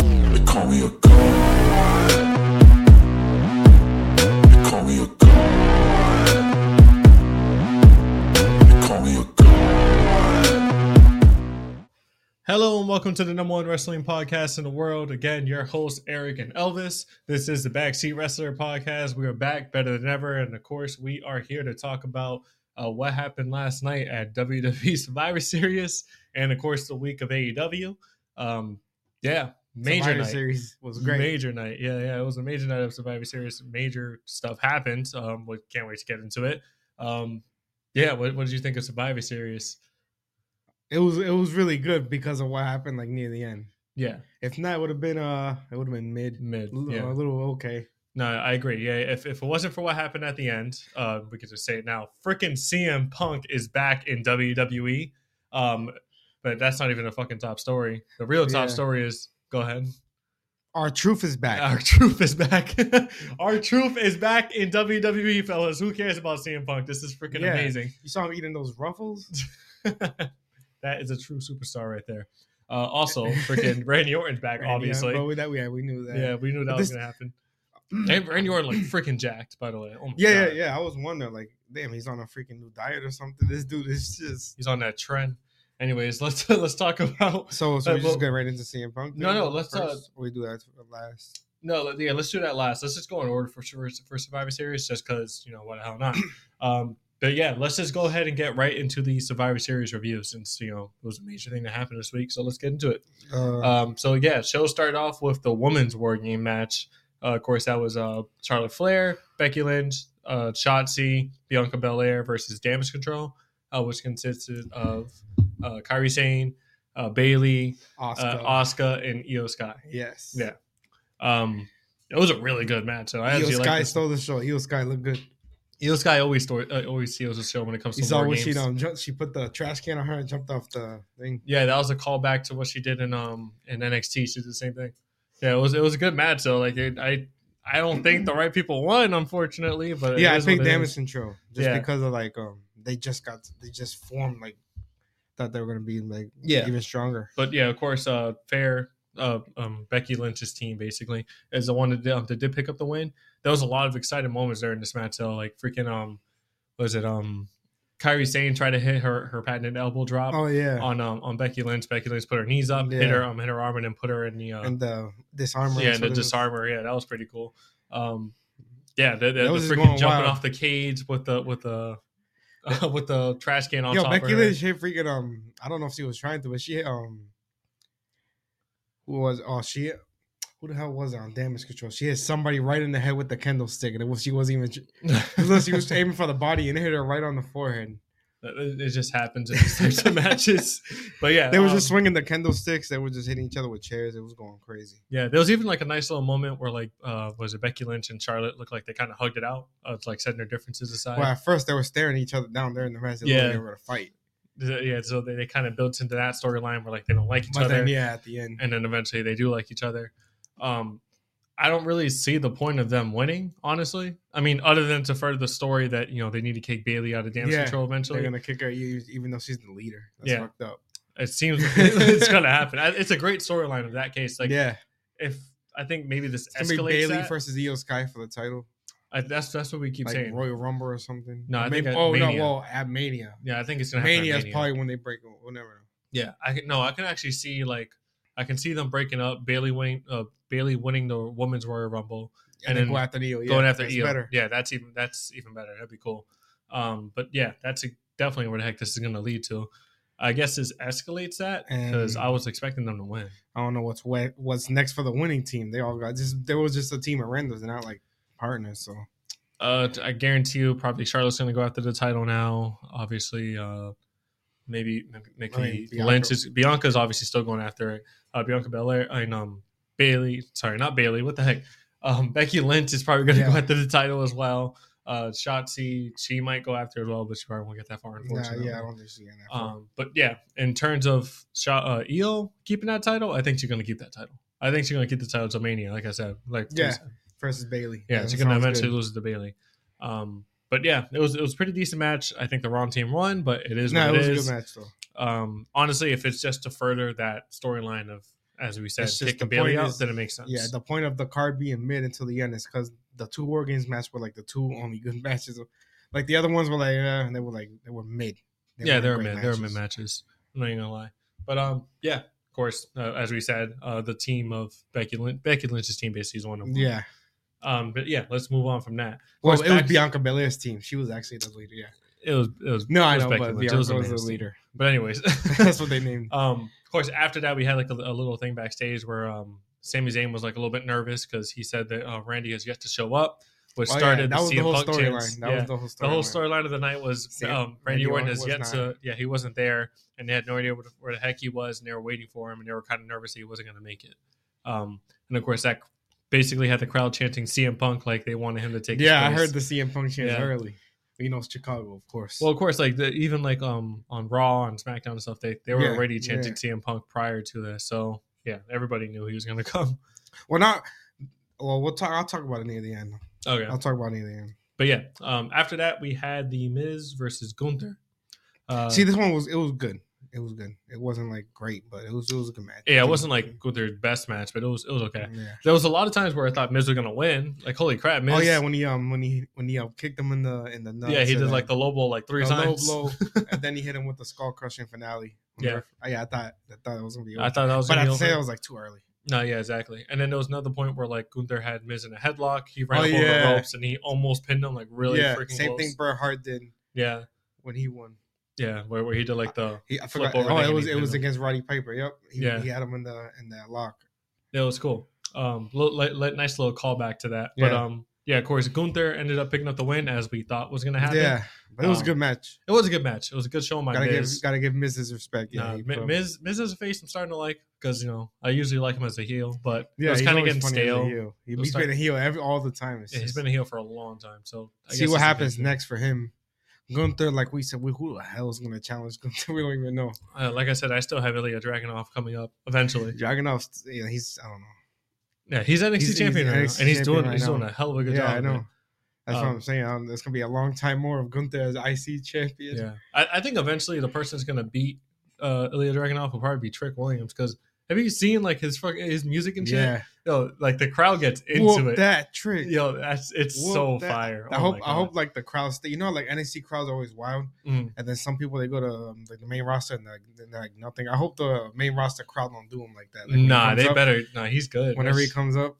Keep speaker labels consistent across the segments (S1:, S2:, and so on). S1: call me a god. You call me a god. You call me a god.
S2: Hello and welcome to the number one wrestling podcast in the world. Again, your host Eric and Elvis. This is the Backseat Wrestler podcast. We are back better than ever, and of course, we are here to talk about uh, what happened last night at WWE Survivor Series, and of course, the week of AEW. Um, yeah, major
S3: Survivor
S2: night.
S3: series was great.
S2: Major night. Yeah, yeah. It was a major night of Survivor Series. Major stuff happened. Um, we can't wait to get into it. Um, yeah, what, what did you think of Survivor Series?
S3: It was it was really good because of what happened like near the end.
S2: Yeah,
S3: If not, it would have been uh, it would have been mid,
S2: mid.
S3: l-
S2: Yeah.
S3: a little okay.
S2: No, I agree. Yeah, if, if it wasn't for what happened at the end, uh, we could just say it now. Freaking CM Punk is back in WWE. Um, but that's not even a fucking top story. The real top
S3: Yeah.
S2: story is go ahead.
S3: Our truth is back.
S2: Our truth is back. Our truth is back in WWE, fellas. Who cares about CM Punk? This is freaking
S3: Yeah.
S2: amazing.
S3: you saw him eating those ruffles.
S2: that is a true superstar right there. Uh, also, freaking Randy Orton's back,
S3: Randy, uh,
S2: obviously.
S3: but we, that yeah, we knew that.
S2: yeah, we knew that
S3: But
S2: was
S3: this-
S2: gonna happen. And Randy Orton like freaking jacked, by the way. Oh my
S3: yeah, yeah,
S2: God.
S3: yeah. I was wondering, like, damn, he's on a freaking new diet or something. This dude is just
S2: he's on that trend. Anyways, let's let's talk about
S3: so. So
S2: Uh,
S3: we
S2: well-
S3: just get right into CM Punk.
S2: No,
S3: then
S2: no, let's, uh,
S3: first? Or we do that last.
S2: no, let- yeah, let's do that last. Let's just go in order for sure for Survivor Series, just because you know what the hell not. Um, but yeah, let's just go ahead and get right into the Survivor Series review since you know it was a major thing that happened this week. So let's get into it.
S3: Uh,
S2: Um, so yeah, show started off with the women's war game match. Uh, of course, that was uh, Charlotte Flair, Becky Lynch, uh, Shotzi, Bianca Belair versus Damage Control, uh, which consisted of uh, Kyrie Sane, uh, Bailey,
S3: Oscar.
S2: uh, Oscar, and Io Sky.
S3: yes.
S2: yeah. Um, it was a really good match. So I
S3: Io
S2: actually
S3: Sky
S2: like this.
S3: stole the show. Io Sky looked good.
S2: Io Sky always sto- uh, always steals the show when it comes
S3: You
S2: to
S3: saw
S2: war
S3: when
S2: games.
S3: she um jumped, she put the trash can on her and jumped off the thing.
S2: Yeah, that was a callback to what she did in um in NXT. She did the same thing. Yeah, it was it was a good match though. Like it, I I don't think the right people won, unfortunately. But it
S3: yeah, I
S2: is
S3: think
S2: what it
S3: damage
S2: is.
S3: control just
S2: Yeah.
S3: because of like um they just got they just formed like thought they were gonna be like
S2: Yeah.
S3: even stronger.
S2: But yeah, of course, uh, fair. Uh, um, Becky Lynch's team basically is the one that did, um, that did pick up the win. There was a lot of exciting moments there in this match though. Like freaking um, was it um, Kyrie Sane tried to hit her her patented elbow drop.
S3: Oh yeah,
S2: On um, on Becky Lynch, Becky Lynch put her knees up, hit
S3: Yeah.
S2: her um, hit her arm, and then put her in the uh,
S3: and the disarmor.
S2: Yeah, the
S3: and something.
S2: disarmor. Yeah, that was pretty cool. Um, yeah, the, the,
S3: That
S2: the
S3: was just
S2: freaking
S3: going
S2: jumping
S3: wild.
S2: off the cage with the with the uh, with the trash can on
S3: Yo,
S2: top
S3: Becky
S2: of her.
S3: Lynch hit freaking um I don't know if she was trying to, but she hit um who was oh she who the hell was on damage control? She hit somebody right in the head with the candlestick, and it was she wasn't even look, she was aiming for the body and it hit her right on the forehead.
S2: it, it just happens in these types of matches. But yeah,
S3: They were
S2: um,
S3: just swinging the candlesticks. They were just hitting each other with chairs. It was going crazy.
S2: yeah. There was even like a nice little moment where like uh, was it Becky Lynch and Charlotte looked like they kind of hugged it out. Uh, it's like setting their differences aside.
S3: Well, at first they were staring each other down there in the match. It yeah,
S2: Yeah.
S3: like they were to fight.
S2: Yeah, so they, they kind of built into that storyline where like they don't like each
S3: But
S2: other.
S3: then, yeah, at the end,
S2: and then eventually they do like each other. Um, I don't really see the point of them winning, honestly. I mean, other than to further the story that you know they need to kick Bailey out of damage
S3: Yeah,
S2: control eventually.
S3: they're gonna kick her, e- even though she's the leader. That's
S2: Yeah.
S3: fucked up.
S2: It seems it's gonna happen. I- It's a great storyline in that case. Like
S3: yeah,
S2: if I think maybe this
S3: it's gonna be
S2: escalates.
S3: Bailey
S2: that.
S3: versus Io Sky for the title,
S2: I, that's that's what we keep
S3: like
S2: saying.
S3: Royal Rumble or something.
S2: No, I
S3: Maybe-
S2: think at
S3: oh
S2: Mania.
S3: no, well at Mania,
S2: yeah, I think it's gonna happen. at
S3: Mania is
S2: Mania.
S3: probably when they break. it. We'll never know.
S2: Yeah, I can, no, I can actually see like I can see them breaking up. Bailey winning. Uh, Bailey winning the women's Royal Rumble. And
S3: And, then
S2: then
S3: go after Io. Yeah,
S2: going after
S3: that's
S2: Io.
S3: better.
S2: Yeah, that's even that's even better. That'd be cool. Um, but yeah, that's a, definitely where the heck this is going to lead to. I guess this escalates that because
S3: And-
S2: I was expecting them to win.
S3: I don't know what's wet, what's next for the winning team. They all got just there was just a team at randoms and not like partners. So
S2: Uh, I guarantee you, probably Charlotte's going to go after the title now. Obviously, uh, maybe maybe
S3: I mean, Bianca-
S2: Lynch is Bianca's obviously still going after it. Uh, Bianca Belair, I mean, um, Bailey. Sorry, not Bailey. What the heck? Um, Becky Lynch is probably going to go
S3: Yeah.
S2: after the title as well. Uh, Shotzi, she might go after it as well, but she probably won't get that far.
S3: nah,
S2: Unfortunately,
S3: yeah, I don't think she's getting that. far.
S2: Um, but yeah, in terms of Sha- uh, Io keeping that title, I think she's going to keep that title. I think she's going to keep the title to Mania, like I said. Like
S3: Yeah. versus Bailey.
S2: yeah,
S3: that
S2: she's going to
S3: sounds
S2: eventually
S3: good.
S2: lose to Bailey. Um, but yeah, it was it was a pretty decent match. I think the wrong team won, but it is
S3: No,
S2: what
S3: it was
S2: it is.
S3: a good match though.
S2: Um, honestly, if it's just to further that storyline of as we said,
S3: It's just
S2: taking
S3: the
S2: Bailey
S3: point
S2: out,
S3: is-
S2: then it makes sense.
S3: Yeah, the point of the card being mid until the end is because the two War Games match were like the two only good matches. Like the other ones were like, uh, they were like they were mid.
S2: yeah, there are
S3: great
S2: mid, there are mid
S3: matches.
S2: matches. I'm not even gonna lie, but um, yeah, of course, uh, as we said, uh, the team of Becky Lynch, Becky Lynch's team basically is one of them.
S3: Yeah,
S2: Um, but yeah, let's move on from that.
S3: well,
S2: course,
S3: it was
S2: back-
S3: Bianca Belair's team. She was actually the leader. Yeah,
S2: It was it was
S3: no, I
S2: it was
S3: know,
S2: Becky
S3: but
S2: Lynch. It
S3: Bianca
S2: was
S3: was,
S2: a
S3: the
S2: man's team.
S3: leader.
S2: But anyways,
S3: That's what they named.
S2: Um, of course, after that, we had like a, a little thing backstage where um, Sami Zayn was like a little bit nervous because he said that uh, Randy has yet to show up, which
S3: Oh, yeah,
S2: started
S3: that was
S2: the
S3: the
S2: CM
S3: whole
S2: Punk
S3: storyline.
S2: chants.
S3: That
S2: Yeah.
S3: was the whole storyline.
S2: the whole storyline of the night was
S3: Sam-
S2: um, Randy,
S3: Randy
S2: Orton
S3: Orton
S2: has
S3: was
S2: yet
S3: not-
S2: to. Yeah, he wasn't there, and they had no idea where the, where the heck he was, and they were waiting for him, and they were kind of nervous that he wasn't going to make it. Um, and of course, that basically had the crowd chanting CM Punk like they wanted him to take. his
S3: Yeah, I
S2: place.
S3: heard the CM Punk chants
S2: Yeah.
S3: early. You know, it's Chicago, of course.
S2: Well, of course, like the, even like um on Raw and SmackDown and stuff, they they were
S3: Yeah,
S2: already chanting CM Punk prior to this, so yeah, everybody knew he was gonna come.
S3: well, not. Well, we'll talk. I'll talk about it near the end.
S2: Okay,
S3: I'll talk about it near the end.
S2: but yeah, um after that we had the Miz versus Gunther. Uh,
S3: See, this one was it was good. It was good. It wasn't like great, but it was it was a good match.
S2: yeah, it wasn't like Gunther's best match, but it was it was okay.
S3: Yeah.
S2: There was a lot of times where I thought Miz was gonna win. Like holy crap, Miz!
S3: Mm-hmm. Oh yeah, when he um when he when he um, kicked him in the in the nuts.
S2: yeah, he did
S3: and then
S2: like the low blow like three
S3: the
S2: times.
S3: low blow, and then he hit him with the skull crushing finale.
S2: Yeah.
S3: Oh, yeah. I thought I thought it was gonna be.
S2: I
S3: Over.
S2: thought that was
S3: But
S2: gonna
S3: I'd
S2: be
S3: say
S2: over.
S3: it was like too early.
S2: No, yeah, exactly. And then there was another point where like Gunther had Miz in a headlock. He ran
S3: Oh,
S2: up over
S3: yeah.
S2: the ropes and he almost pinned him like really
S3: yeah,
S2: freaking
S3: same
S2: close.
S3: thing Bret Hart did
S2: Yeah,
S3: when he won.
S2: yeah, where, where he did like the
S3: He I
S2: Flip
S3: forgot.
S2: over
S3: Oh,
S2: thing
S3: it
S2: and
S3: was
S2: he
S3: it
S2: pinned
S3: was
S2: him.
S3: against Roddy Piper. Yep. He,
S2: Yeah.
S3: he had him in the in that lock.
S2: yeah, it was cool. Um, li- li- li- nice little callback to that. But
S3: Yeah.
S2: um, yeah, of course, Gunther ended up picking up the win as we thought was gonna happen.
S3: Yeah, but it was a
S2: Um,
S3: good match.
S2: it was a good match. It was a good show. of My
S3: Gotta
S2: Miz,
S3: give gotta give Miz his respect. Yeah,
S2: Nah,
S3: he
S2: Mi-
S3: put him-
S2: Miz, Miz as a face, I'm starting to like because you know I usually like him as a heel, but yeah,
S3: Yeah,
S2: it's
S3: he's
S2: kind of
S3: always
S2: getting
S3: funny as a
S2: stale.
S3: heel. He,
S2: It was
S3: has been a heel every all the time. It's
S2: Yeah, he's
S3: just-
S2: been a heel for a long time, so I
S3: see
S2: guess
S3: what
S2: it's a
S3: happens
S2: good-
S3: next for him. Gunther, like we said, we, who the hell is going to challenge Gunther? We don't even know.
S2: Uh, like I said, I still have Ilya Dragunov coming up eventually.
S3: Dragunov, you know, he's I don't know.
S2: Yeah, he's NXT
S3: He's- he's
S2: champion right now,
S3: NXT
S2: and he's
S3: champion
S2: doing
S3: right
S2: he's doing
S3: now.
S2: a hell of a good
S3: yeah,
S2: job.
S3: I
S2: of
S3: know.
S2: it.
S3: That's what
S2: Um,
S3: I'm saying. Um, there's going to be a long time more of Gunther as IC champion.
S2: Yeah, I, I think eventually the person that's gonna beat uh, Ilya Dragunov will probably be Trick Williams because have you seen like his fucking his music and shit?
S3: Yeah,
S2: Yo, like the crowd gets into
S3: Whoop
S2: it.
S3: that trick.
S2: Yo, that's it's
S3: Whoop
S2: so
S3: that.
S2: fire.
S3: I
S2: Oh
S3: hope
S2: my
S3: I hope
S2: God.
S3: like the crowd stay. You know, like NXT crowds are always wild,
S2: Mm.
S3: and then some people they go to um, like the main roster and like, they're like nothing. I hope the main roster crowd don't do him like that. Like, when he
S2: nah,
S3: comes
S2: they
S3: up-
S2: better. Nah, he's good.
S3: Whenever he
S2: That's-
S3: comes up,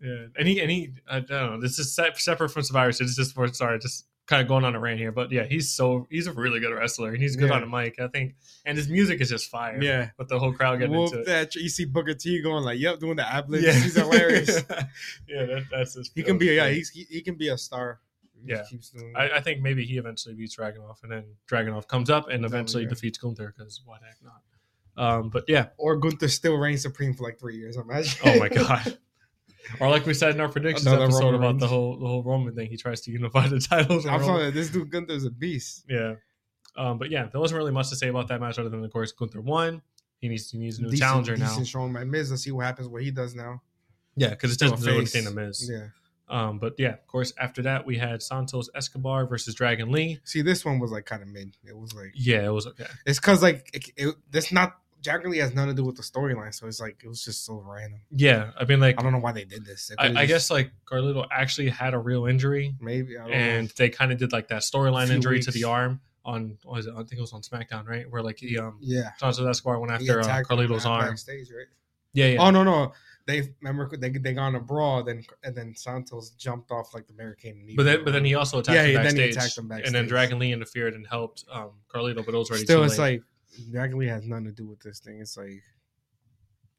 S2: yeah. and he and he, I don't know. This is se- separate from Survivor Series. This is for sorry, just kind of going on a rant here, but yeah, he's so he's a really good wrestler and he's good
S3: Yeah.
S2: on the mic. I think, and his music is just fire.
S3: yeah.
S2: but the whole crowd getting
S3: Whoop
S2: into it.
S3: that! tr- You see Booker T going like, "Yep," doing the ad libs. He's hilarious.
S2: yeah, that, that's his.
S3: He can be yeah, he's, he he can be a star. He
S2: Yeah.
S3: keeps doing
S2: I,
S3: it.
S2: I think maybe he eventually beats Dragunov, and then Dragunov comes up and
S3: That'd be
S2: eventually
S3: good.
S2: defeats Gunther because why the heck not? Um, but yeah,
S3: or Gunther still reigns supreme for like three years. Imagine.
S2: oh my god. Or like we said in our predictions
S3: Another
S2: episode
S3: Roman
S2: about the
S3: Reigns.
S2: whole the whole Roman thing, he tries to unify the titles. in
S3: I'm
S2: Roman.
S3: telling you, this dude Gunther's a beast.
S2: Yeah, um, but yeah, there wasn't really much to say about that match other than of course Gunther won. He needs he needs a new
S3: Decent-
S2: challenger now.
S3: decent showing by Miz. Let's see what happens. What he does now.
S2: Yeah, because it
S3: Still
S2: doesn't
S3: a
S2: do
S3: face.
S2: anything to Miz.
S3: Yeah.
S2: Um, but yeah, of course after that we had Santos Escobar versus Dragon Lee.
S3: See, this one was like kind of mid. It was like
S2: Yeah, it was okay.
S3: it's because like it, it, it's not. Jack Lee has nothing to do with the storyline, so it's like it was just so random.
S2: Yeah, I mean like
S3: I don't know why they did this. They
S2: I,
S3: could've
S2: I
S3: just-
S2: guess like Carlito actually had a real injury,
S3: maybe I don't
S2: and
S3: know.
S2: they kind of did like that storyline
S3: Oh. Few
S2: injury to
S3: weeks.
S2: the arm on what was it? I think it was on SmackDown, right? Where like he um
S3: yeah.
S2: Santos Escobar went
S3: He
S2: after uh,
S3: attacked him
S2: Carlito's arm.
S3: backstage, right?
S2: Yeah, yeah.
S3: Oh no no. They remember they they got on a brawl then and then Santos jumped off like the barricade. and
S2: but
S3: he-
S2: then but then he also attacked,
S3: Yeah,
S2: him,
S3: he- then
S2: backstage,
S3: he attacked him
S2: and then
S3: backstage.
S2: Dragon Lee interfered and helped um Carlito, but it was already
S3: still
S2: too
S3: it's
S2: late.
S3: like Dragon Lee has nothing to do with this thing. It's like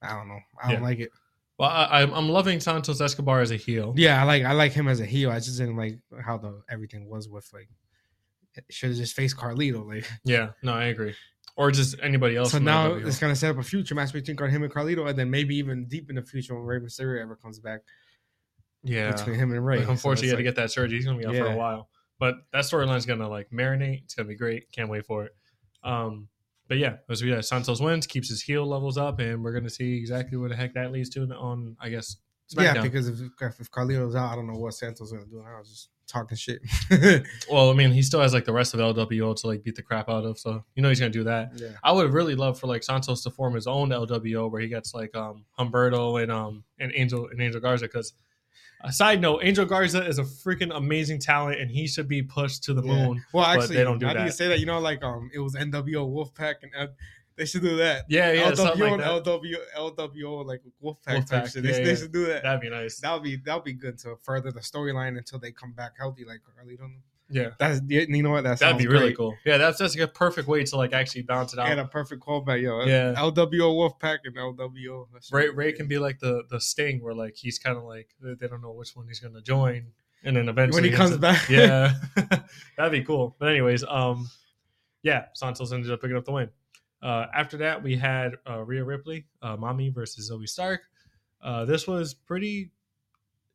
S3: I don't know. I don't
S2: Yeah.
S3: like it.
S2: well, I, I'm I'm loving Santos Escobar as a heel.
S3: Yeah, I like I like him as a heel. I just didn't like how the everything was with like should have just faced Carlito. Like
S2: Yeah, no, I agree. Or just anybody else.
S3: so
S2: from
S3: now
S2: AEW.
S3: it's gonna set up a future match between him and Carlito, and then maybe even deep in the future when Rey Mysterio ever comes back
S2: yeah.
S3: between him and Ray.
S2: But unfortunately, you had to get that surgery. He's gonna be out for
S3: Yeah.
S2: a while. But that storyline's gonna like marinate. It's gonna be great. Can't wait for it. Um, but yeah, as we had Santos wins, keeps his heel levels up, and we're gonna see exactly what the heck that leads to on I guess SmackDown.
S3: yeah, because if, if Carlito's out, I don't know what Santos gonna do now. It's Just talking shit.
S2: Well, I mean, he still has like the rest of LWO to like beat the crap out of, so you know he's gonna do that.
S3: yeah.
S2: I would really love for like Santos to form his own LWO where he gets like um Humberto and um and Angel and Angel Garza because a side note, Angel Garza is a freaking amazing talent and he should be pushed to the
S3: Yeah.
S2: moon.
S3: Well,
S2: but
S3: actually,
S2: they don't do
S3: I didn't
S2: that.
S3: say that. You know, like um, it was NWO Wolfpack, and uh, they should do that.
S2: Yeah, Oh, yeah,
S3: LWO,
S2: something like
S3: and
S2: that.
S3: LWO, LWO, like Wolfpack, type
S2: Wolfpack,
S3: shit. They,
S2: yeah,
S3: they
S2: yeah.
S3: should do that.
S2: That'd be nice.
S3: That'll be that'll be good to further the storyline until they come back healthy, like early on.
S2: yeah,
S3: That's you know what
S2: that'd
S3: that sounds
S2: be really
S3: great.
S2: cool. Yeah, that's that's a perfect way to like actually balance it out.
S3: And a perfect callback, yo.
S2: Yeah.
S3: LWO Wolfpack and LWO. That shit
S2: Ray,
S3: would
S2: Ray
S3: be-
S2: can be like the the Sting, where like he's kind of like they they don't know which one he's gonna join, and then eventually
S3: when he
S2: ends
S3: comes
S2: up-
S3: back.
S2: yeah, that'd be cool. But anyways, um, yeah, Santos ended up picking up the win. Uh, after that, we had uh, Rhea Ripley, uh, Mommy versus Zoe Stark. Uh, this was pretty.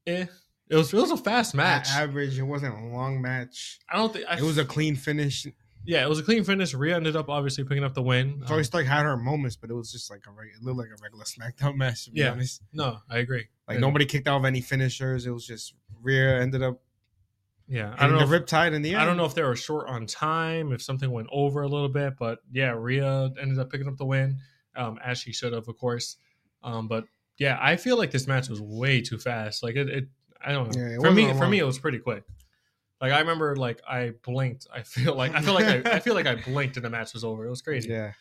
S2: Eh. It was it was a fast match. I,
S3: average. It wasn't a long match.
S2: don't think I,
S3: It was a clean finish.
S2: yeah. It was a clean finish. Rhea ended up obviously picking up the win.
S3: Zoe
S2: Um,
S3: Stark had her moments, but it was just like a reg- it looked like a regular SmackDown match. To be
S2: Yeah.
S3: honest,
S2: no, I agree.
S3: like
S2: Yeah.
S3: nobody kicked out of any finishers. It was just Rhea ended up
S2: Yeah, I don't
S3: and
S2: know.
S3: the
S2: if-
S3: riptide in the end.
S2: I don't know if they were short on time, if something went over a little bit, but yeah, Rhea ended up picking up the win, um, as she should have, of course. Um, but yeah, I feel like this match was way too fast. Like it, it I don't know.
S3: Yeah, it
S2: for me,
S3: wasn't
S2: for me,
S3: long.
S2: it was pretty quick. Like I remember, like I blinked. I feel like I feel like I, I feel like I blinked and the match was over. It was crazy.
S3: Yeah,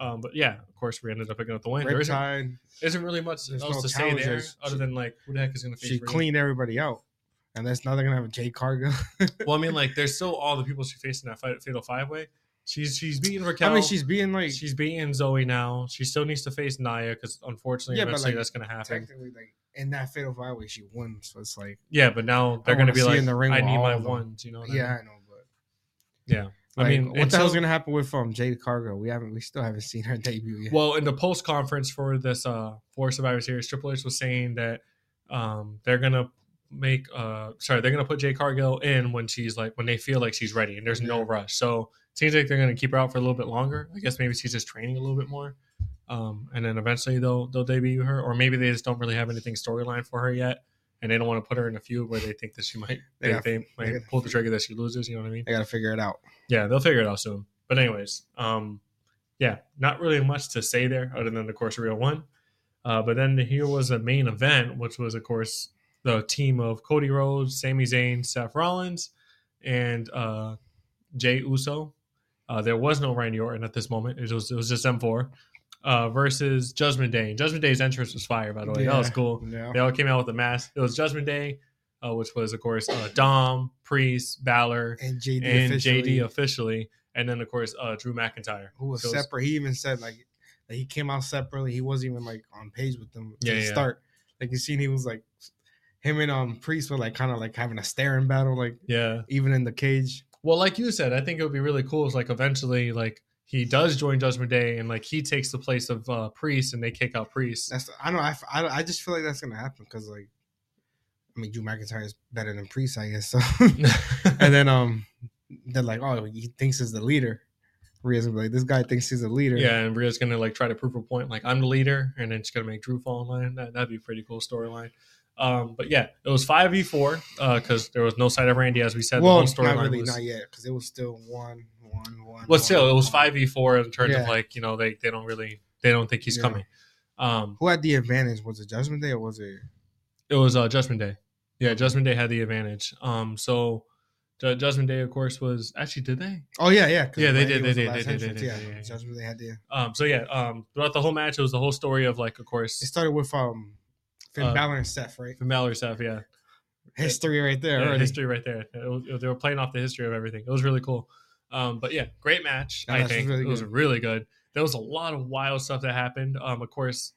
S2: Um, but yeah, of course, we ended up picking up the win. There isn't,
S3: riptide.
S2: isn't really much
S3: There's
S2: else
S3: no
S2: to say there,
S3: challengers.
S2: other than like who the heck is going to face
S3: She
S2: Rhea?
S3: cleaned everybody out, and that's now they're gonna have a Jay Cargo.
S2: Well, I mean, like there's still all the people she faced in that fight, fatal five way. She's she's beating Raquel.
S3: I mean, she's being like
S2: She's beating Zoe now. She still needs to face Naya because unfortunately,
S3: Yeah, but,
S2: eventually
S3: like,
S2: that's going to happen.
S3: technically like in that fatal five way she won, so it's like
S2: yeah, but now they're going
S3: wanna
S2: to be
S3: see
S2: like,
S3: in the ring
S2: I
S3: with
S2: need
S3: all
S2: my
S3: of them.
S2: ones. You know? What
S3: yeah, I know, but.
S2: I mean? Yeah. I
S3: Like,
S2: mean,
S3: what the hell's
S2: until-
S3: gonna happen with um Jade Cargo? We haven't, we still haven't seen her debut yet.
S2: Well, in the post conference for this uh for Survivor Series, Triple H was saying that um they're going to make uh sorry they're going to put Jay Cargill in when she's like when they feel like she's ready and there's no
S3: Yeah.
S2: rush. So it seems like they're going to keep her out for a little bit longer. I guess maybe she's just training a little bit more. Um, and then eventually they'll they'll debut her, or maybe they just don't really have anything storyline for her yet, and they don't want to put her in a feud where they think that she might
S3: They
S2: they,
S3: got-
S2: they might
S3: got-
S2: pull the trigger that she loses. You know what I mean?
S3: I gotta figure it out.
S2: Yeah, they'll figure it out soon. But anyways, um, yeah, not really much to say there other than of course Rio won. Uh, but then here was a main event, which was of course the team of Cody Rhodes, Sami Zayn, Seth Rollins, and uh, Jay Uso. Uh, there was no Randy Orton at this moment. It was it was just them four uh, versus Judgment Day. And Judgment Day's entrance was fire, by the way. That was
S3: Yeah.
S2: cool.
S3: Yeah.
S2: They all came out with a mask. It was Judgment Day, uh, which was of course uh, Dom, Priest, Balor,
S3: And JD
S2: and
S3: officially,
S2: JD officially, and then of course uh, Drew McIntyre.
S3: who was
S2: So it's-
S3: separate. He even said like that he came out separately. He wasn't even like on page with them to
S2: Yeah,
S3: the
S2: yeah.
S3: start. Like you seen, he was like him and um Priest were like kind of like having a staring battle, like
S2: Yeah.
S3: even in the cage.
S2: Well, like you said, I think it would be really cool if like eventually like he does join Judgment Day and like he takes the place of uh, Priest and they kick out Priest.
S3: That's I don't I, f- I, don't- I just feel like that's gonna happen because like I mean Drew McIntyre is better than Priest, I guess. So and then um they're like, oh, he thinks he's the leader. Rhea's gonna be like, this guy thinks he's the leader.
S2: yeah, and Rhea's gonna like try to prove a point, like I'm the leader, and then she's gonna make Drew fall in line. That, that'd be a pretty cool storyline. Um, but yeah, it was five v four because there was no side of Randy, as we said.
S3: well,
S2: the whole
S3: not
S2: storyline
S3: really,
S2: was
S3: not yet, because it was still one, one, one.
S2: Well, still, it was
S3: one.
S2: five v four in terms of
S3: Yeah.
S2: like you know they they don't really they don't think he's
S3: Yeah.
S2: coming. Um,
S3: Who had the advantage? Was it Judgment Day or was it?
S2: It was uh, Judgment Day. Yeah, Judgment Day had the advantage. Um, so Ju- Judgment Day, of course, was actually did they?
S3: Oh yeah, yeah. 'cause
S2: Yeah, they
S3: Randy
S2: did, they
S3: was the
S2: did,
S3: last
S2: they did, they
S3: entrance,
S2: did,
S3: yeah,
S2: yeah, yeah,
S3: Judgment Day had the.
S2: Um, so yeah, um, throughout the whole match, it was the whole story of like, of
S3: It
S2: course,
S3: started with um, Finn
S2: Uh,
S3: Balor and Seth, right?
S2: Finn Balor stuff. Yeah,
S3: History right there.
S2: Yeah,
S3: already.
S2: history right there. It was- it- they were playing off the history of everything. It was really cool. Um, but yeah, great match.
S3: That
S2: I
S3: match was
S2: think
S3: really
S2: it was
S3: good.
S2: really good. There was a lot of wild stuff that happened. Um, of course,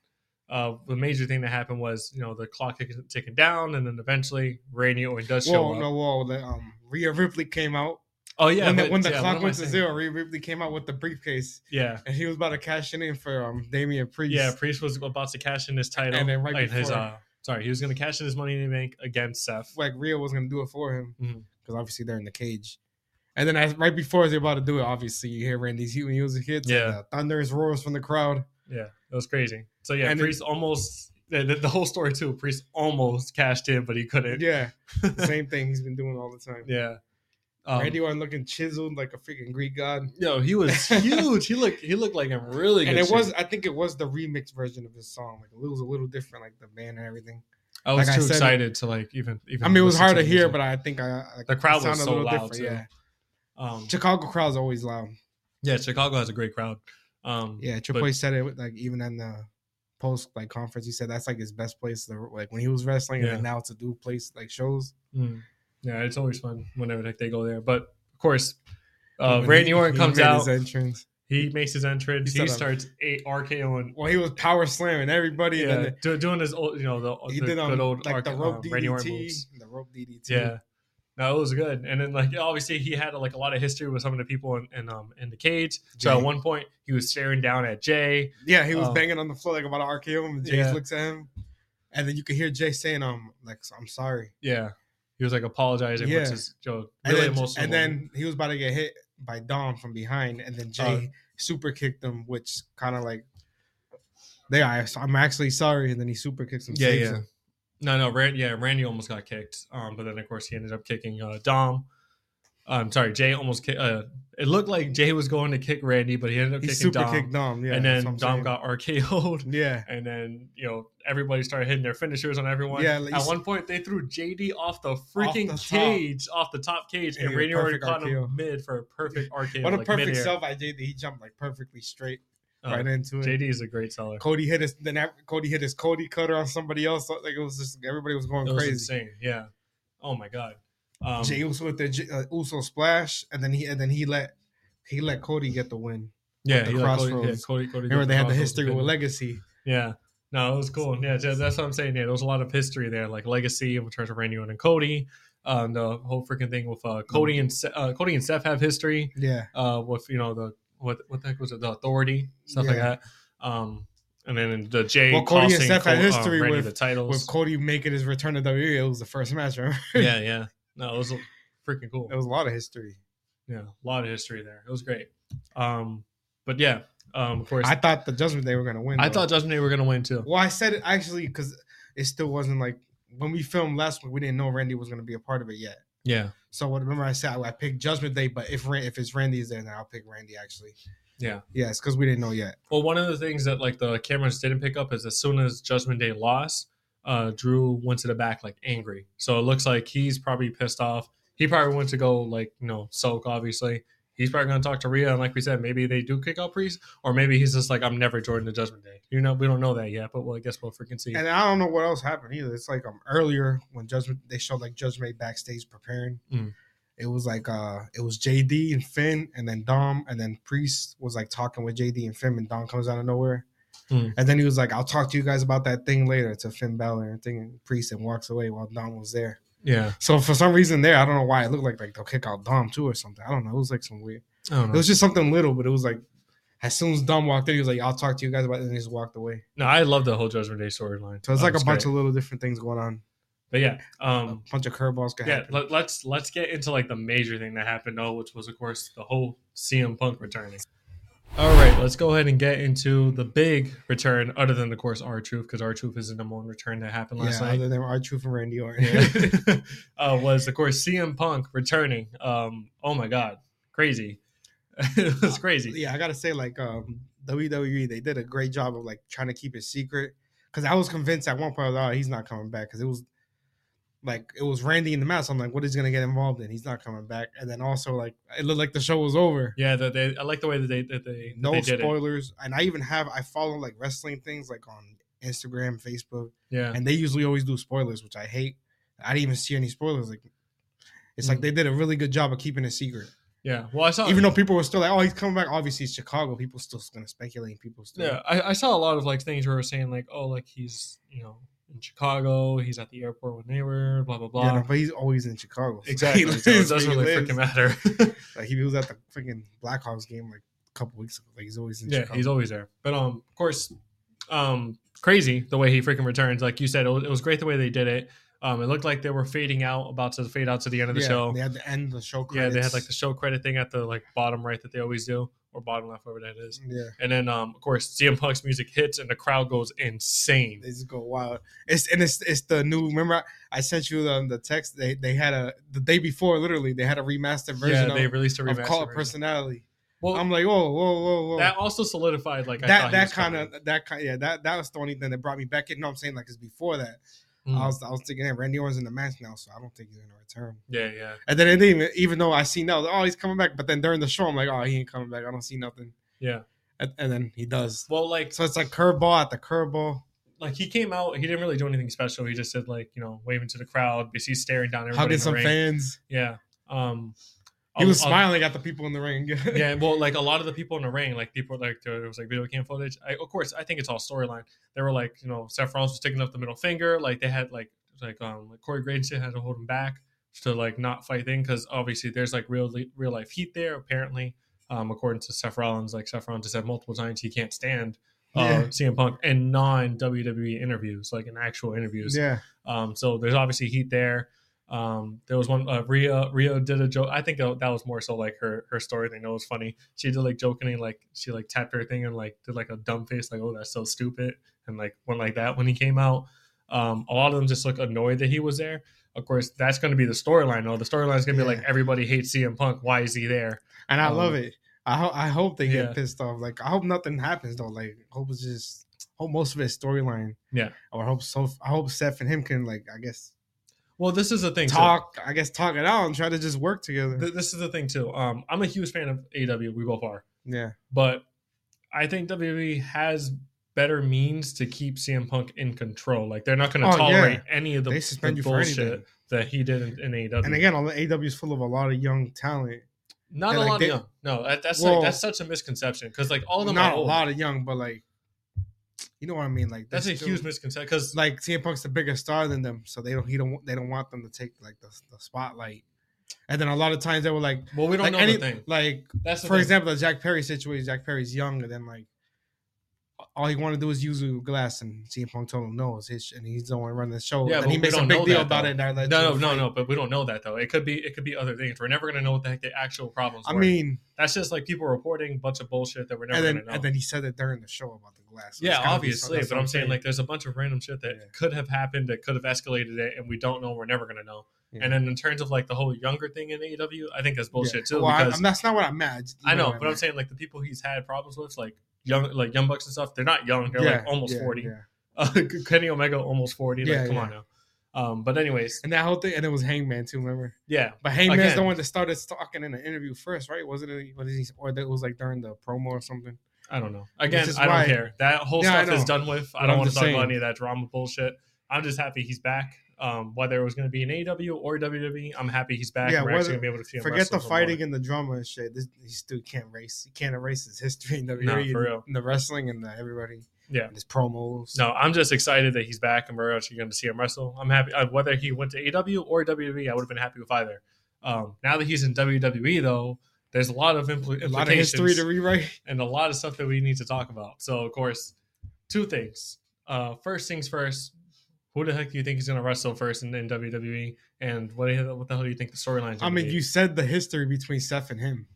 S2: uh, the major thing that happened was you know the clock ticking, ticking down, and then eventually Randy Orton does show
S3: Whoa,
S2: up.
S3: no, whoa! The, um, Rhea Ripley came out.
S2: Oh yeah,
S3: when the,
S2: but-
S3: when the
S2: yeah, what
S3: clock
S2: am I
S3: went to
S2: saying?
S3: zero, Rhea Ripley came out with the briefcase,
S2: Yeah,
S3: and he was about to cash it in for um Damian Priest.
S2: Yeah, Priest was about to cash in his title.
S3: And then right
S2: like, his,
S3: before-
S2: uh, sorry, he was going to cash in his money in the bank against Seth.
S3: like Rhea was gonna do it for him because
S2: Mhm.
S3: obviously they're in the cage. And then as, right before they're about to do it, obviously you hear Randy's human music hits. and
S2: Yeah.
S3: the thunderous roars from the crowd.
S2: Yeah, it was crazy. So yeah,
S3: And it-
S2: Priest almost the, the- the whole story too. Priest almost cashed in, but he couldn't.
S3: Yeah, same thing he's been doing all the time.
S2: yeah. Um,
S3: Randy Orton looking chiseled like a freaking Greek god.
S2: yo, he was huge. he looked he looked like a really.
S3: And
S2: good
S3: it was,
S2: shape.
S3: I think it was the remix version of his song. Like it was a little different, like the band and everything.
S2: I was
S3: like I
S2: too
S3: said-
S2: excited to like even even.
S3: I mean, it was
S2: listen
S3: hard to
S2: the
S3: hear,
S2: music.
S3: but I think I like,
S2: The
S3: it
S2: crowd was
S3: sounded a
S2: so
S3: little
S2: loud,
S3: different,
S2: too.
S3: Yeah,
S2: um,
S3: Chicago crowd's always loud.
S2: yeah, Chicago has a great crowd. Um,
S3: Yeah,
S2: but-
S3: Triple H said it like even in the post like conference, he said that's like his best place. To, like when he was wrestling, and
S2: Yeah.
S3: then now it's a new place like shows.
S2: Mm. Yeah, it's always fun whenever they- they go there. But of course, uh,
S3: When
S2: Randy
S3: he-
S2: Orton
S3: he
S2: comes
S3: made
S2: out.
S3: His entrance.
S2: he makes his entrance.
S3: He
S2: He,
S3: said, um,
S2: starts eight RKOing.
S3: Well, he was power slamming everybody.
S2: Yeah,
S3: and then
S2: do, doing his old, you know, the,
S3: he
S2: the
S3: did um,
S2: good old
S3: like
S2: arc-
S3: the rope
S2: um, Randy Orton
S3: DDT,
S2: moves.
S3: the rope DDT.
S2: Yeah, no, it was good. And then like obviously he had like a lot of history with some of the people in, in um in the cage. So at
S3: Jay.
S2: one point he was staring down at Jay.
S3: Yeah, he was
S2: Um,
S3: banging on the floor like about to RKO him. And Jay
S2: yeah.
S3: looks at him, and then you can hear Jay saying, "Um, like I'm sorry."
S2: Yeah, he was like apologizing, which
S3: Yeah.
S2: is you know,
S3: And,
S2: really
S3: then,
S2: emotional.
S3: and then he was about to get hit by Dom from behind, and then Jay
S2: Uh.
S3: super kicked him, which kind of like, "They, I, I'm actually sorry," and then he super kicks him.
S2: Yeah,
S3: saves
S2: yeah.
S3: him.
S2: No, no, Rand, yeah, Randy almost got kicked. Um, but then of course he ended up kicking uh, Dom. I'm sorry, Jay almost kicked. Uh, it looked like Jay was going to kick Randy, but he ended up
S3: He
S2: kicking
S3: super
S2: Dom.
S3: kicked Dom. Yeah,
S2: and
S3: that's what
S2: then
S3: I'm
S2: Dom
S3: saying.
S2: got RKO'd.
S3: Yeah,
S2: And then you know everybody started hitting their finishers on everyone.
S3: Yeah, like you
S2: At
S3: s-
S2: one point, they threw JD off the freaking
S3: the top.
S2: cage, off the top cage,
S3: And
S2: and
S3: he
S2: Randy Orton
S3: perfect
S2: caught
S3: RKO.
S2: him mid for a perfect RKO.
S3: what a
S2: like
S3: perfect
S2: midair.
S3: sell by JD. He jumped like perfectly straight
S2: Uh,
S3: right into it.
S2: JD is a great seller.
S3: Cody hit his then after Cody hit his Cody cutter on somebody else. so, Like it was just everybody was going
S2: It was
S3: crazy.
S2: insane. Yeah. Oh my god. Um,
S3: Jay Uso with the J- uh, Uso splash, and then he and then he let he let Cody get the win.
S2: yeah,
S3: the
S2: he like Cody, yeah,
S3: crossroads.
S2: Cody, Cody
S3: Remember
S2: did
S3: they had the
S2: crossroads
S3: history
S2: good.
S3: with Legacy.
S2: Yeah. No, it was cool. Yeah, ju- that's what I'm saying. Yeah, there was a lot of history there, like legacy in terms of Randy Orton and Cody. Um, the whole freaking thing with uh, Cody and Se- uh, Cody and Seth have history.
S3: Yeah,
S2: Uh, with you know the what what the heck was it? The authority stuff like
S3: Yeah.
S2: that. Um, and then the Jay
S3: Well, Cody and
S2: costing
S3: Seth had
S2: Col- uh,
S3: history
S2: Randy
S3: with-
S2: the titles.
S3: with Cody making his return to WWE, it was the first match. Remember?
S2: yeah, yeah. No, it was freaking cool.
S3: It was a lot of history.
S2: Yeah, a lot of history there. It was great. Um, but yeah, um, of course,
S3: I
S2: I,
S3: thought the Judgment Day were gonna win. though.
S2: thought Judgment Day were gonna win too.
S3: Well, I said it actually because it still wasn't like when we filmed last week. We didn't know Randy was gonna be a part of it yet.
S2: Yeah,
S3: So what? Remember I said I, I picked Judgment Day, but if Ran- if it's Randy is there, then I'll pick Randy actually.
S2: yeah.
S3: Yes, because we didn't know yet.
S2: Well, one of the things that like the cameras didn't pick up is as soon as Judgment Day lost, uh, Drew went to the back like angry. So it looks like he's probably pissed off. He probably went to go like you know sulk. Obviously, he's probably gonna talk to Rhea, and like we said, maybe they do kick out Priest, or maybe he's just like I'm never joining the Judgment Day. You know, we don't know that yet, but well, I guess we'll freaking see.
S3: And I don't know what else happened either. It's like um earlier when Judgment they showed like Judgment Day backstage preparing.
S2: Mm.
S3: It was like uh it was JD and Finn and then Dom and then Priest was like talking with JD and Finn and Dom comes out of nowhere.
S2: Mm.
S3: And then he was like, I'll talk to you guys about that thing later to Finn Balor and thing and Priest and walks away while Dom was there.
S2: Yeah,
S3: So for some reason there, I don't know why it looked like like they'll kick out Dom too or something. I don't know. It was like some weird
S2: I don't
S3: it
S2: know.
S3: was just something little, but it was like as soon as Dom walked in, he was like, I'll talk to you guys about it and he just walked away.
S2: No, I love the whole Judgment Day storyline.
S3: So it's
S2: Uh,
S3: like a bunch
S2: great.
S3: of little different things going on.
S2: But yeah,
S3: a
S2: um,
S3: bunch of curveballs could
S2: yeah.
S3: happen.
S2: Let, let's let's get into like the major thing that happened though, which was of course the whole CM Punk returning. All right, let's go ahead and get into the big return, other than of course our truth, because our truth is the number one return that happened
S3: yeah,
S2: last night.
S3: other than our truth and Randy Orton.
S2: Yeah. uh, was of course CM Punk returning. Um, oh my God, crazy! it was crazy.
S3: Uh, yeah, I gotta say, like um, WWE, they did a great job of like trying to keep it secret. Because I was convinced at one point, I was like, oh, he's not coming back. Because it was like it was Randy in the mask. I'm like, what is he gonna get involved in? He's not coming back. And then also like it looked like the show was over.
S2: Yeah, that they. I like the way that they that they that
S3: No
S2: they did it.
S3: spoilers. And I even have I follow like wrestling things like on Instagram, Facebook.
S2: Yeah,
S3: and they usually always do spoilers, which I hate. I didn't even see any spoilers. Like, it's like
S2: Mm.
S3: they did a really good job of keeping it secret,
S2: yeah. Well, I saw
S3: even though people were still like, "Oh, he's coming back." Obviously, it's Chicago. People still gonna speculate. People still,
S2: Yeah, I, I saw a lot of like things where we're saying like, oh, like he's you know in Chicago, he's at the airport when they were, blah blah blah.
S3: Yeah, no, but he's always in Chicago.
S2: exactly.
S3: He
S2: so it
S3: lives
S2: doesn't
S3: where he
S2: really
S3: lives.
S2: freaking matter.
S3: Like he was at the freaking Blackhawks game like a couple weeks ago. Like he's always in
S2: yeah,
S3: Chicago.
S2: he's always there. But um, of course, um, crazy the way he freaking returns. Like you said, it was, it was great the way they did it. Um, it looked like they were fading out, about to fade out to the end of the
S3: yeah,
S2: show.
S3: They had to end the show.
S2: Yeah, they had like the
S3: credits.
S2: show credit thing at the like bottom right that they always do. or bottom left, whatever that is.
S3: Yeah.
S2: And then, um, of course, CM Punk's music hits and the crowd goes insane.
S3: They just go wild. It's and it's it's the new. Remember, I, I sent you um, the, the text. They they had a the day before. Literally, they had a remastered version
S2: yeah, they
S3: of,
S2: released a
S3: of
S2: remaster.
S3: Call It
S2: version.
S3: Personality.
S2: Well,
S3: I'm like, whoa, whoa, whoa, whoa.
S2: that also solidified like I
S3: that
S2: thought he
S3: that
S2: was
S3: kind
S2: coming.
S3: of that kind yeah that that was the only thing that brought me back in. No, I'm saying like it's before that.
S2: Mm.
S3: I was I was thinking, hey, Randy Orton's in the match now, so I don't think he's gonna return.
S2: yeah, yeah.
S3: And then it didn't even even though I see now, oh he's coming back, but then during the show I'm like, oh he ain't coming back. I don't see nothing.
S2: Yeah.
S3: And, and then he does.
S2: Well, like
S3: So it's like curveball at the curveball.
S2: like he came out, he didn't really do anything special. He just said like you know waving to the crowd, basically staring down everybody.
S3: Hugging
S2: in the
S3: some
S2: ring.
S3: fans.
S2: Yeah. Um,
S3: He
S2: a-
S3: was
S2: a-
S3: smiling at the people in the ring.
S2: yeah, well, like a lot of the people in the ring, like people like there was like video cam footage. I, of course, I think it's all storyline. They were like, you know, Seth Rollins was taking up the middle finger. Like they had like like um like Corey Graves had to hold him back to like not fight thing because obviously there's like real real life heat there apparently. Um, according to Seth Rollins, like Seth Rollins has said multiple times he can't stand uh,
S3: Yeah.
S2: CM Punk and non WWE E interviews, like in actual interviews.
S3: yeah.
S2: Um, so there's obviously heat there. Um, there was one uh, Rio Rio did a joke. I think that that was more so like her her story thing. That was funny. She did like jokingly like she like tapped her thing and like did like a dumb face like oh that's so stupid and like went like that when he came out. Um, a lot of them just look annoyed that he was there. Of course, that's going to be the storyline. Though the storyline's going to be like
S3: Yeah.
S2: everybody hates CM Punk. Why is he there?
S3: And I
S2: Um,
S3: love it. I hope I hope they get
S2: yeah.
S3: pissed off. Like I hope nothing happens though. Like hope it's just hope most of it's storyline.
S2: Yeah.
S3: Or hope so I hope Seth and him can like I guess
S2: Well, this is the thing. so-
S3: talk I guess talk it out and try to just work together.
S2: th- this is the thing too. Um, I'm a huge fan of AW. We both are.
S3: yeah.
S2: but I think WWE has better means to keep CM Punk in control. Like they're not going to
S3: Oh, yeah.
S2: tolerate any of the,
S3: They
S2: the
S3: suspend you for
S2: bullshit
S3: anything.
S2: that he did in, in AEW.
S3: And again, all the AW is full of a lot of young talent.
S2: not
S3: yeah,
S2: a
S3: like
S2: lot of
S3: they-
S2: young. No, that, that's
S3: Well-
S2: like, that's such a misconception because like all of them
S3: Not
S2: are
S3: a
S2: old.
S3: lot of young, but like you know what I mean. Like
S2: That's a
S3: they're
S2: huge
S3: still-
S2: misconception because
S3: like CM Punk's the bigger star than them, so they don't he don't they don't want them to take like the, the spotlight. And then a lot of times they were like
S2: well we don't
S3: like
S2: know
S3: any
S2: the thing.
S3: like
S2: That's the
S3: for
S2: thing.
S3: example, the Jack Perry situation. Jack Perry's young, and then like all he wanted to do is use a glass, and CM Punk told him no, it's his, sh- and he's the one running the show.
S2: Yeah,
S3: and
S2: but
S3: he
S2: we
S3: makes a
S2: don't know
S3: big deal
S2: that,
S3: about
S2: though.
S3: it. No,
S2: No, no, no, no. But we don't know that though. It could be, it could be other things. We're never gonna know what the heck the actual problems.
S3: I
S2: were.
S3: mean,
S2: that's just like people reporting a bunch of bullshit that we're never
S3: and then
S2: gonna know.
S3: and then he said it during the show about the glass. so
S2: yeah,
S3: it's gotta be some-
S2: obviously,
S3: that's
S2: but
S3: what
S2: I'm saying like there's a bunch of random shit that
S3: Yeah.
S2: could have happened that could have escalated it, and we don't know. We're never gonna know.
S3: Yeah.
S2: And then in terms of like the whole younger thing in AEW, I think that's bullshit
S3: Yeah.
S2: too.
S3: Well, I,
S2: because
S3: I'm- that's not what I meant.
S2: I know,
S3: what
S2: but I'm
S3: meant.
S2: saying like the people he's had problems with, like young, like young bucks and stuff, they're not young. They're like
S3: Yeah,
S2: almost
S3: yeah,
S2: forty.
S3: yeah.
S2: Uh, Kenny Omega almost forty.
S3: Yeah,
S2: like, come
S3: yeah.
S2: on now. Um, but anyways,
S3: And that whole thing, and it was Hangman too. Remember,
S2: yeah,
S3: but Hangman's the
S2: Again.
S3: one that started talking in the interview first, right? Wasn't it? What is he? Or that was like during the promo or something.
S2: I don't know. Again,
S3: is
S2: I don't
S3: why-
S2: care. That whole
S3: Yeah, I
S2: stuff is
S3: know.
S2: done with. I
S3: But
S2: don't
S3: I'm
S2: want to
S3: just
S2: talk about
S3: saying.
S2: any of that drama bullshit. I'm just happy he's back. Um, whether it was going to be in AEW or WWE, I'm happy he's back.
S3: Yeah,
S2: and we're actually
S3: whether-
S2: going to be able to see him
S3: Forget
S2: wrestle
S3: the
S2: some more.
S3: fighting and the drama and shit. This, he still can't race. He can't erase his history in the,
S2: Nah, for real.
S3: in the wrestling and the everybody.
S2: Yeah.
S3: and his promos.
S2: No, I'm just excited that he's back and we're actually going to see him wrestle. I'm happy uh, whether he went to AEW or WWE. I would have been happy with either. Um, now that he's in WWE, though, there's a lot of impl-
S3: a lot of history to rewrite.
S2: and a lot of stuff that we need to talk about. So, of course, two things. Uh, first things first, who the heck do you think is going to wrestle first in, in WWE? And what, the hell- what the hell do you think the storyline?
S3: I mean, you said the history between Seth and him.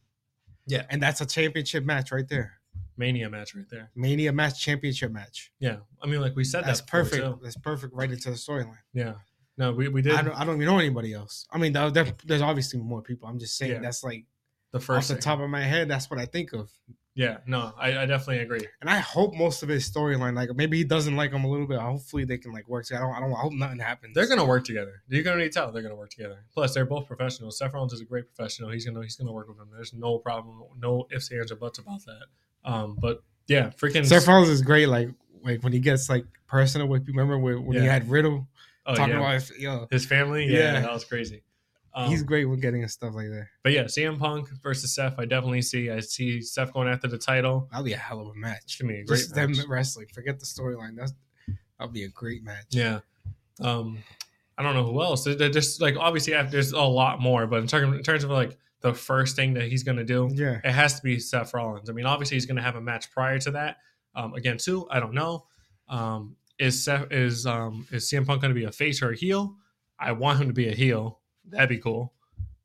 S2: Yeah.
S3: and that's a championship match right there.
S2: Mania match right there.
S3: Mania match, championship match.
S2: Yeah, I mean, like we said,
S3: That's
S2: that before,
S3: perfect.
S2: too.
S3: That's perfect. Right into the storyline.
S2: Yeah, no, we, we did
S3: I don't. I don't even know anybody else. I mean, there, there- there's obviously more people. I'm just saying
S2: Yeah.
S3: that's like
S2: the first.
S3: off
S2: thing.
S3: the top of my head. That's what I think of.
S2: Yeah, no, I, I definitely agree.
S3: and I hope most of his storyline, like maybe he doesn't like him a little bit. Hopefully they can like work. together. I don't. I don't. I hope nothing happens.
S2: They're gonna work together. You're gonna need to tell they're gonna work together. Plus, they're both professionals. Seth Rollins is a great professional. He's gonna he's gonna work with them. There's no problem, no ifs, ands, or buts about that. Um, but yeah, freaking
S3: Seth Rollins is great. Like like when he gets like personal with. Remember when, when he
S2: Yeah.
S3: had Riddle
S2: oh,
S3: talking
S2: yeah.
S3: about his, yo,
S2: his family. Yeah,
S3: Yeah.
S2: that was crazy. Um,
S3: he's great with getting his stuff like that.
S2: but yeah, CM Punk versus Seth. I definitely see. I see Seth going after the title.
S3: That'll be a hell of a match.
S2: It's gonna be a great
S3: Just
S2: match.
S3: them wrestling. Forget the storyline. That's that'll be a great match.
S2: Yeah. Um, I don't know who else. There- there- There's like obviously after, there's a lot more, but in, term, in terms of like the first thing that he's gonna do,
S3: Yeah.
S2: it has to be Seth Rollins. I mean, obviously he's going to have a match prior to that. Um, again, too, I don't know. Um, is Seth, is um, is CM Punk going to be a face or a heel? I want him to be a heel. That'd be cool.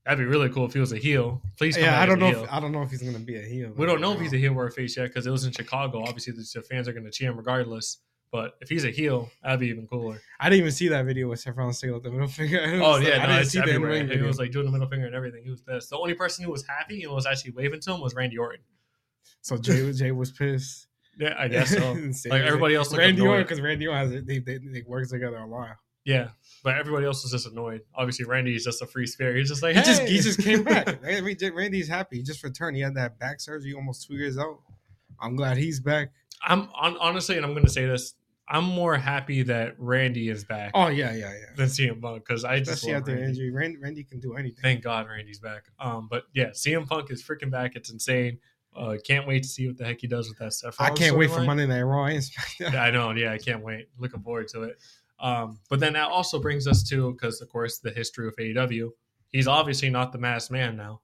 S2: That'd be really cool if he was a heel. Please, come
S3: yeah,
S2: back
S3: I
S2: as
S3: don't
S2: a
S3: know.
S2: heel.
S3: If, I don't know if he's gonna be a heel.
S2: We don't know if he's a
S3: heel.
S2: heel or a face yet because it was in Chicago. Obviously, the the fans are going to cheer him regardless. But if he's a heel, that'd be even cooler.
S3: I didn't even see that video with Seth Rollins sticking out the middle finger. It
S2: Oh
S3: was like-
S2: yeah, no, it's
S3: the in-ring
S2: everywhere. He
S3: video.
S2: was like doing the middle finger and everything. He was this. The only person who was happy and was actually waving to him was Randy Orton.
S3: so Jay, Jay was pissed.
S2: Yeah, I guess so.
S3: Same
S2: like
S3: thing.
S2: everybody else, looked
S3: Randy
S2: annoyed.
S3: Orton because Randy Orton has they they, they work together a lot.
S2: Yeah, but everybody else was just annoyed. Obviously, Randy is just a free spirit. He's just like,
S3: He
S2: hey.
S3: just he just came back. I mean, Randy's happy. He just returned. He had that back surgery almost two years out. I'm glad he's back.
S2: I'm on, honestly, and I'm going to say this. I'm more happy that Randy is back
S3: Oh yeah, yeah, yeah.
S2: than CM Punk because I just
S3: Especially
S2: love
S3: after
S2: Randy.
S3: injury, Randy, Randy can do anything.
S2: Thank God Randy's back. Um, but yeah, CM Punk is freaking back. It's insane. Uh, can't wait to see what the heck he does with that stuff.
S3: I can't wait for Monday Night Raw and SmackDown.
S2: Yeah, I know. Yeah, I can't wait. Looking forward to it. Um, but then that also brings us to because of course the history of AEW. He's obviously not the masked man now.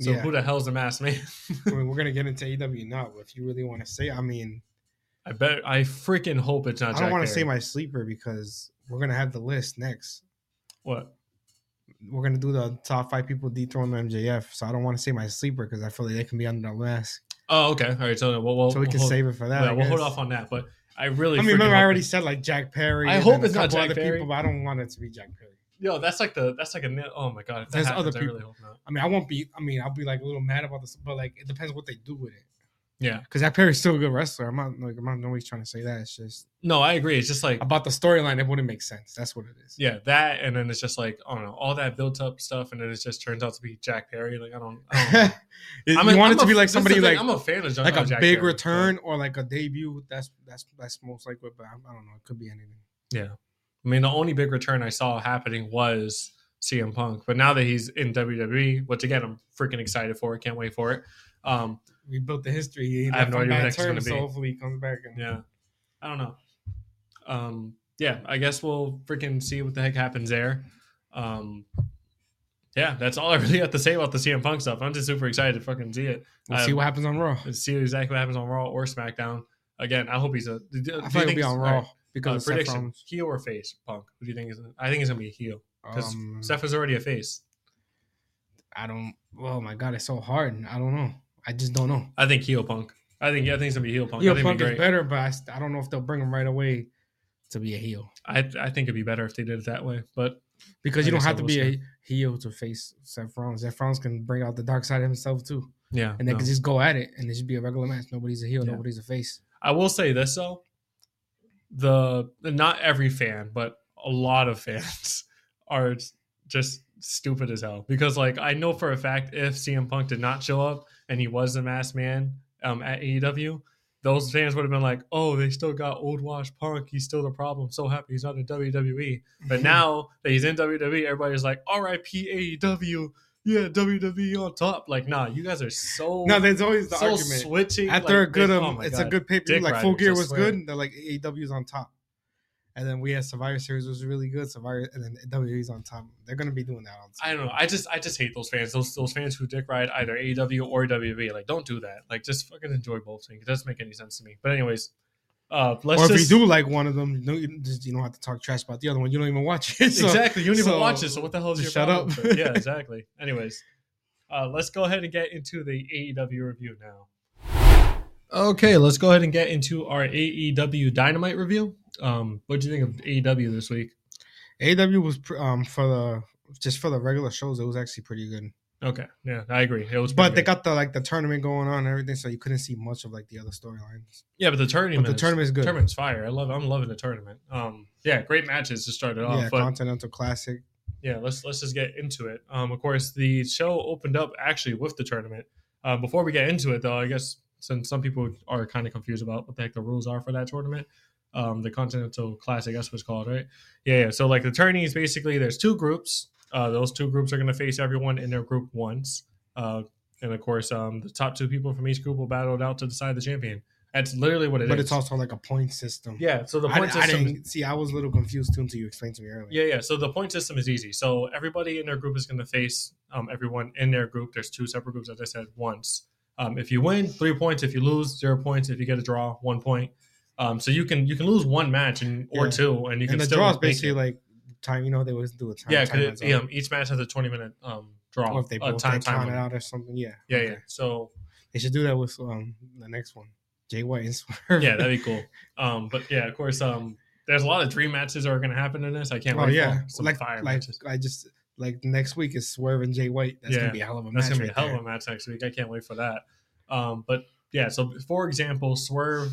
S2: So
S3: Yeah.
S2: who the hell's the masked man?
S3: I mean, we're gonna get into AEW now, but if you really want to say, I mean,
S2: I bet. I freaking hope it's not.
S3: I don't
S2: Jack
S3: want to
S2: Perry.
S3: say my sleeper because we're gonna have the list next.
S2: what.
S3: We're gonna do the top five people dethroned on MJF, so I don't want to say my sleeper because I feel like they can be under the mask,
S2: Oh, okay. All right. So then we'll, we'll
S3: so we can
S2: hold,
S3: save it for that.
S2: yeah,
S3: I
S2: we'll hold
S3: guess.
S2: off on that. But I really.
S3: I
S2: freaking
S3: mean, remember, I
S2: hope
S3: already
S2: it's-
S3: said like Jack Perry.
S2: I
S3: and
S2: hope
S3: then a
S2: it's not
S3: couple
S2: Jack
S3: other
S2: Perry.
S3: People, but I don't want it to be Jack Perry.
S2: Yo, that's like the that's like a nil- oh my god. If that
S3: There's
S2: happens,
S3: other
S2: I really hope not.
S3: I mean, I won't be. I mean, I'll be like a little mad about this, but like it depends what they do with it.
S2: Yeah.
S3: Because Jack Perry's still a good wrestler. I'm not like I'm not always trying to say that. It's just
S2: No, I agree. It's just like
S3: about the storyline. It wouldn't make sense. That's what it is.
S2: yeah, that, and then it's just like I don't know, all that built up stuff, and then it just turns out to be Jack Perry. Like I don't. I don't know.
S3: you
S2: a-
S3: want it to
S2: a-
S3: be like
S2: this is the
S3: somebody
S2: thing,
S3: like
S2: I'm a fan of John, uh,
S3: like a
S2: Uh-huh. Jack
S3: big
S2: Perry,
S3: return or like a debut. That's that's that's most likely. But I, I don't know. It could be anything.
S2: but- yeah, I mean the only big return I saw happening was CM Punk, but now that he's in WWE, which again I'm freaking excited for. Can't wait for it. Um,
S3: We built the history. He
S2: I have
S3: left
S2: no
S3: on
S2: idea what
S3: bad
S2: next is gonna
S3: terms,
S2: be.
S3: So hopefully he comes back. And,
S2: yeah, I don't know. Um, yeah, I guess we'll freaking see what the heck happens there. Um, yeah, that's all I really have to say about the CM Punk stuff. I'm just super excited to fucking see it.
S3: We'll
S2: I-
S3: see what happens on Raw.
S2: and see exactly what happens on Raw or SmackDown. Again, I hope he's a. do- do you
S3: I think it'll
S2: think-
S3: be on
S2: all
S3: Raw
S2: right, uh,
S3: because of Seth
S2: prediction:
S3: Rollins.
S2: heel or face? Punk. Who do you think is? I think it's gonna be heel because
S3: Um,
S2: Steph is already a face.
S3: I don't. Oh my god, it's so hard. I don't know. I just don't know.
S2: I think heel Punk. I think. I think it's gonna be heel Punk. I
S3: Heel
S2: think
S3: Punk
S2: it'd
S3: is
S2: be great.
S3: better, but I, st- I don't know if they'll bring him right away to be a heel
S2: I, I think it'd be better if they did it that way. But
S3: because you
S2: I
S3: don't
S2: guess
S3: have
S2: I
S3: to
S2: will
S3: be
S2: say.
S3: a heel to face Seth Rollins. Seth Rollins can bring out the dark side of himself too,
S2: yeah,
S3: and they
S2: no.
S3: can just go at it, and it should be a regular match. Nobody's a heel,
S2: Yeah.
S3: nobody's a face.
S2: I will say this though: the not every fan, but a lot of fans are just stupid as hell. Because like I know for a fact, if CM Punk did not show up and he was the masked man um, at AEW, those fans would have been like, "Oh, they still got old wash Punk. He's still the problem. So happy he's not in WWE." But now that he's in WWE, everybody's like, "R.I.P. AEW." E Yeah, WWE on top. Like, nah, you guys are so
S3: no, there's always the
S2: so
S3: argument.
S2: switching.
S3: After
S2: like,
S3: a good,
S2: they-
S3: um,
S2: oh my
S3: it's a
S2: God.
S3: good pay per view.
S2: Dick
S3: Like Full
S2: riders, I
S3: Gear was
S2: swear.
S3: good, and they're like AEW's on top, and then we had Survivor Series was really good. Survivor and then WWE's on top. They're gonna be doing that on.
S2: I don't know. I just I just hate those fans. Those those fans who dick ride either AEW or WWE. Like, don't do that. Like, just fucking enjoy both things. It doesn't make any sense to me. But anyways, uh, let's
S3: or if
S2: just
S3: you do like one of them, no, you just you don't have to talk trash about the other one. You don't even watch it. So.
S2: exactly. You don't even
S3: so-
S2: watch it. So what the hell is your
S3: just shut
S2: problem?
S3: up.
S2: But yeah, exactly. Anyways, uh, let's go ahead and get into the AEW review now. Okay, let's go ahead and get into our AEW Dynamite review. Um, what do you think of AEW this week?
S3: AW was pr- um for the just for the regular shows, it was actually pretty good.
S2: Okay, yeah, I agree. It was,
S3: But
S2: pretty
S3: they
S2: good.
S3: got the like the tournament going on and everything, so you couldn't see much of like the other storylines.
S2: yeah, but the tournament,
S3: But the
S2: is-
S3: tournament's good.
S2: tournament's fire. I love. I'm loving the tournament. Um, yeah, great matches to start it off.
S3: yeah,
S2: but
S3: Continental Classic.
S2: yeah, let's let's just get into it. Um, of course, the show opened up actually with the tournament. Uh, before we get into it, though, I guess since some people are kind of confused about what the heck the rules are for that tournament, um, the Continental Classic, that's what it's called, right? Yeah, yeah. So like the tourneys, basically, there's two groups. Uh, those two groups are going to face everyone in their group once, uh, and of course, um, the top two people from each group will battle it out to decide the champion. That's literally what it is.
S3: but it's also like a point system.
S2: yeah. So the
S3: I,
S2: point
S3: di- I
S2: system.
S3: didn't see. I was a little confused too until you explained to me earlier.
S2: Yeah, yeah. So the point system is easy. So everybody in their group is going to face um, everyone in their group. There's two separate groups, as I said, once. Um, if you win, three points. If you lose, zero points. If you get a draw, one point. Um, so you can you can lose one match and or
S3: Yeah.
S2: two, and you can
S3: and the
S2: still
S3: draw is
S2: make
S3: basically
S2: it.
S3: like time. You know they always do a time.
S2: yeah,
S3: time
S2: because
S3: limit.
S2: um, each match has a 20 minute um, draw.
S3: Or if they
S2: a
S3: both
S2: time
S3: they count
S2: timer.
S3: it out or something. Yeah.
S2: Yeah,
S3: okay.
S2: yeah. So
S3: They should do that with um the next one. Jay White and Swerve.
S2: yeah, that'd be cool. Um, but yeah, of course, um, there's a lot of dream matches that are going to happen in this. I can't
S3: oh
S2: wait.
S3: yeah.
S2: for some
S3: Like
S2: fire
S3: like
S2: matches.
S3: I just like next week is Swerve and Jay White. That's
S2: Yeah.
S3: gonna be a hell of a
S2: That's
S3: match.
S2: gonna be a
S3: right
S2: hell
S3: there.
S2: of a match next week. I can't wait for that. Um, but yeah, so for example, Swerve,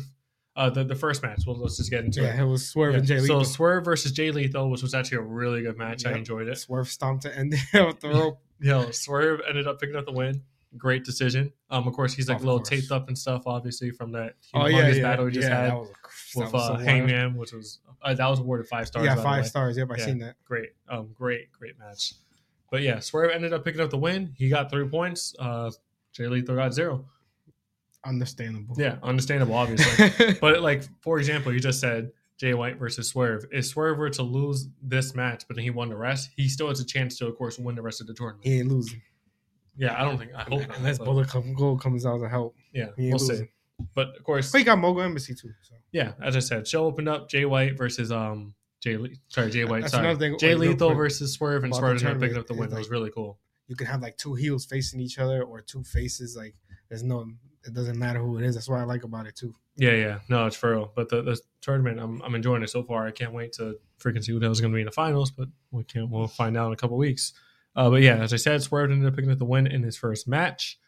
S2: uh, the the first match. Well, let's just get into
S3: Yeah,
S2: it.
S3: it was Swerve and
S2: Yeah,
S3: Jay
S2: So
S3: Lethal.
S2: Swerve versus Jay Lethal, which was actually a really good match. I
S3: Yep.
S2: enjoyed it.
S3: Swerve stomped to end it with the rope.
S2: Yeah, Swerve ended up picking up the win. Great decision. Um, of course, he's like
S3: Of
S2: a little
S3: course.
S2: taped up and stuff, obviously from that
S3: Oh
S2: humongous
S3: yeah, yeah,
S2: battle he just
S3: yeah,
S2: had
S3: that was, a- that
S2: with
S3: was
S2: uh,
S3: so wild.
S2: Hangman, which was uh, that was awarded five stars.
S3: Yeah,
S2: by the
S3: five
S2: way.
S3: stars. Yep, I
S2: Yeah.
S3: seen that.
S2: great, um, great, great match. But yeah, Swerve ended up picking up the win. He got three points. Uh, Jay Lethal got zero.
S3: Understandable.
S2: Yeah, understandable, obviously.
S3: Yeah.
S2: but like, for example, you just said Jay White versus Swerve. If Swerve were to lose this match, but then he won the rest, he still has a chance to, of course, win the rest of the tournament.
S3: he ain't losing.
S2: Yeah, I don't think I hope not.
S3: Unless
S2: but
S3: Bullet Club Gold comes out to help.
S2: yeah,
S3: He ain't
S2: we'll
S3: losing.
S2: see. But of course,
S3: But he got Mogo Embassy too. So.
S2: yeah, as I said, show opened up Jay White versus um Jay Le- sorry Jay White
S3: That's
S2: sorry
S3: another thing-
S2: Jay
S3: wait, real
S2: Lethal
S3: quick,
S2: versus Swerve and
S3: about the
S2: Swerve ended up picking
S3: tournament
S2: up the
S3: is
S2: win. That
S3: like-
S2: was really cool.
S3: you can have like two heels facing each other or two faces. Like there's no, it doesn't matter who it is. That's what I like about it too.
S2: Yeah, yeah, no, it's for real. But the, the tournament, I'm, I'm enjoying it so far. I can't wait to freaking see who the hell's going to be in the finals. But we can't. We'll find out in a couple weeks. Uh, but yeah, as I said, Swerve ended up picking up the win in his first match,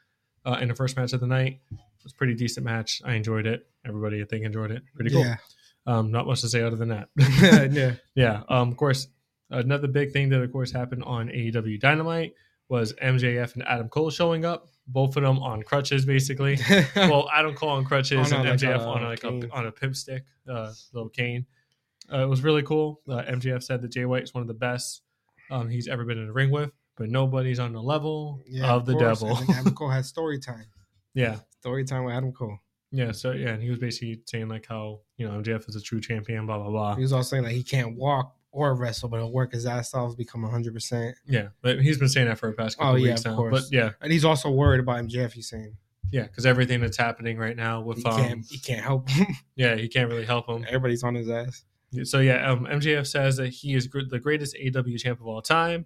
S2: uh, in the first match of the night. It was a pretty decent match. I enjoyed it. Everybody, I think, enjoyed it. Pretty cool.
S3: Yeah,
S2: Um, not much to say other than that.
S3: yeah.
S2: Yeah. Um, of course, another big thing that, of course, happened on AEW Dynamite was MJF and Adam Cole showing up. Both of them on crutches, basically. well, Adam Cole on crutches
S3: On a,
S2: and
S3: like,
S2: MJF
S3: a
S2: on like
S3: cane.
S2: a, on a pimp stick, uh, little cane. Uh, it was really cool. Uh, MJF said that Jay White's one of the best um, he's ever been in the ring with, but nobody's on the level
S3: Yeah,
S2: of the
S3: course.
S2: devil.
S3: And then Adam Cole had story time.
S2: yeah.
S3: Story time with Adam Cole.
S2: Yeah. So, yeah. And he was basically saying, like, how, you know, MJF is a true champion, blah, blah, blah.
S3: He was also saying like he can't walk or wrestle, but he'll work his ass off, to become 100. percent
S2: Yeah. But he's been saying that for the past couple
S3: Oh, yeah,
S2: weeks
S3: of
S2: now. But
S3: course.
S2: yeah.
S3: And he's also worried about MJF. He's saying
S2: Yeah, because everything that's happening right now with
S3: he
S2: um,
S3: can't, he can't help him.
S2: yeah, he can't really help him.
S3: Everybody's on his ass.
S2: So yeah, um, MJF says that he is gr- the greatest AW champ of all time.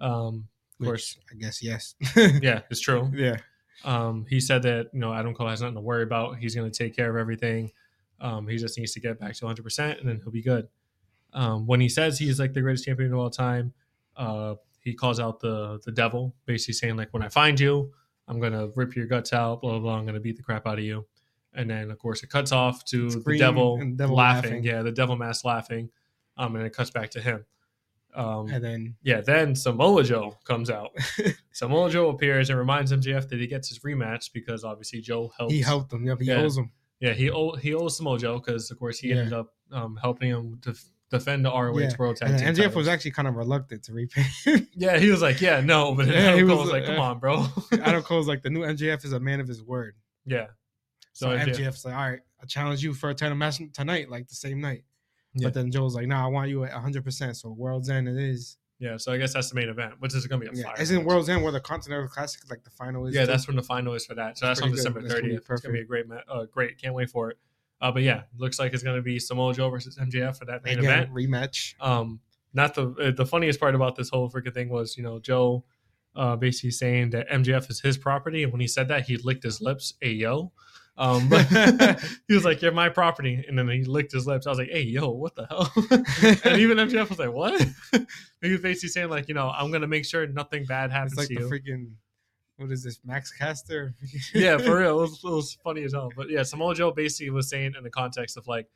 S2: Um, of course,
S3: Which, I guess yes.
S2: yeah, it's true.
S3: yeah.
S2: Um, he said that you know Adam Cole has nothing to worry about. He's going to take care of everything. Um, he just needs to get back to 100, percent and then he'll be good. Um, when he says he's like the greatest champion of all time, uh, he calls out the the devil, basically saying like, "When I find you, I'm going to rip your guts out, blah blah. blah. I'm going to beat the crap out of you." And then of course it cuts off to the
S3: Scream
S2: devil,
S3: and devil
S2: laughing.
S3: laughing.
S2: yeah, the devil mask laughing, um, and it cuts back to him. Um,
S3: And then
S2: yeah, then Samoa Joe comes out. Samoa Joe appears and reminds MJF that he gets his rematch because obviously Joe helped.
S3: he helped him. Yep, he
S2: Yeah.
S3: owes him.
S2: Yeah, he owe, he owes Samoa Joe because of course he
S3: Yeah.
S2: ended up um, helping him def- defend the ROH
S3: Yeah,
S2: World Tag
S3: And
S2: Team.
S3: then MJF
S2: titles.
S3: was actually kind of reluctant to repay.
S2: yeah, he was like, yeah, no, but then
S3: Yeah,
S2: Adam
S3: he
S2: Cole was,
S3: was,
S2: like,
S3: uh,
S2: come on, bro.
S3: Adam Cole's like the new MJF is a man of his word.
S2: yeah, So
S3: So
S2: MJF
S3: MJF's like, all right, I challenge you for a title match tonight, like the same night.
S2: Yeah.
S3: But then Joe's like, nah, I want you at 100. percent So World's End it is.
S2: yeah. So I guess that's the main event, which is going to be a
S3: Yeah,
S2: fire.
S3: isn't
S2: match.
S3: World's End where the Continental Classic like the final is?
S2: Yeah,
S3: too?
S2: that's when the final is for that. So that's,
S3: That's
S2: on
S3: pretty good.
S2: December
S3: That's gonna be
S2: 30th. It's gonna be a great, ma- uh, great. Can't wait for it. Uh, but yeah, looks like it's gonna be Samoa Joe versus MJF for that main event.
S3: again rematch.
S2: um not the uh, the funniest part about this whole freaking thing was you know joe uh basically saying that mjf is his property and when he said that he licked his lips hey yo um but he was like you're my property and then he licked his lips i was like hey yo what the hell and even mjf was like what he was basically saying like you know i'm gonna make sure nothing bad happens
S3: It's like
S2: to
S3: the
S2: you
S3: freaking what is this Max Caster?
S2: yeah, for real. It was, it was funny as hell. But yeah, Samoa Joe basically was saying in the context of like,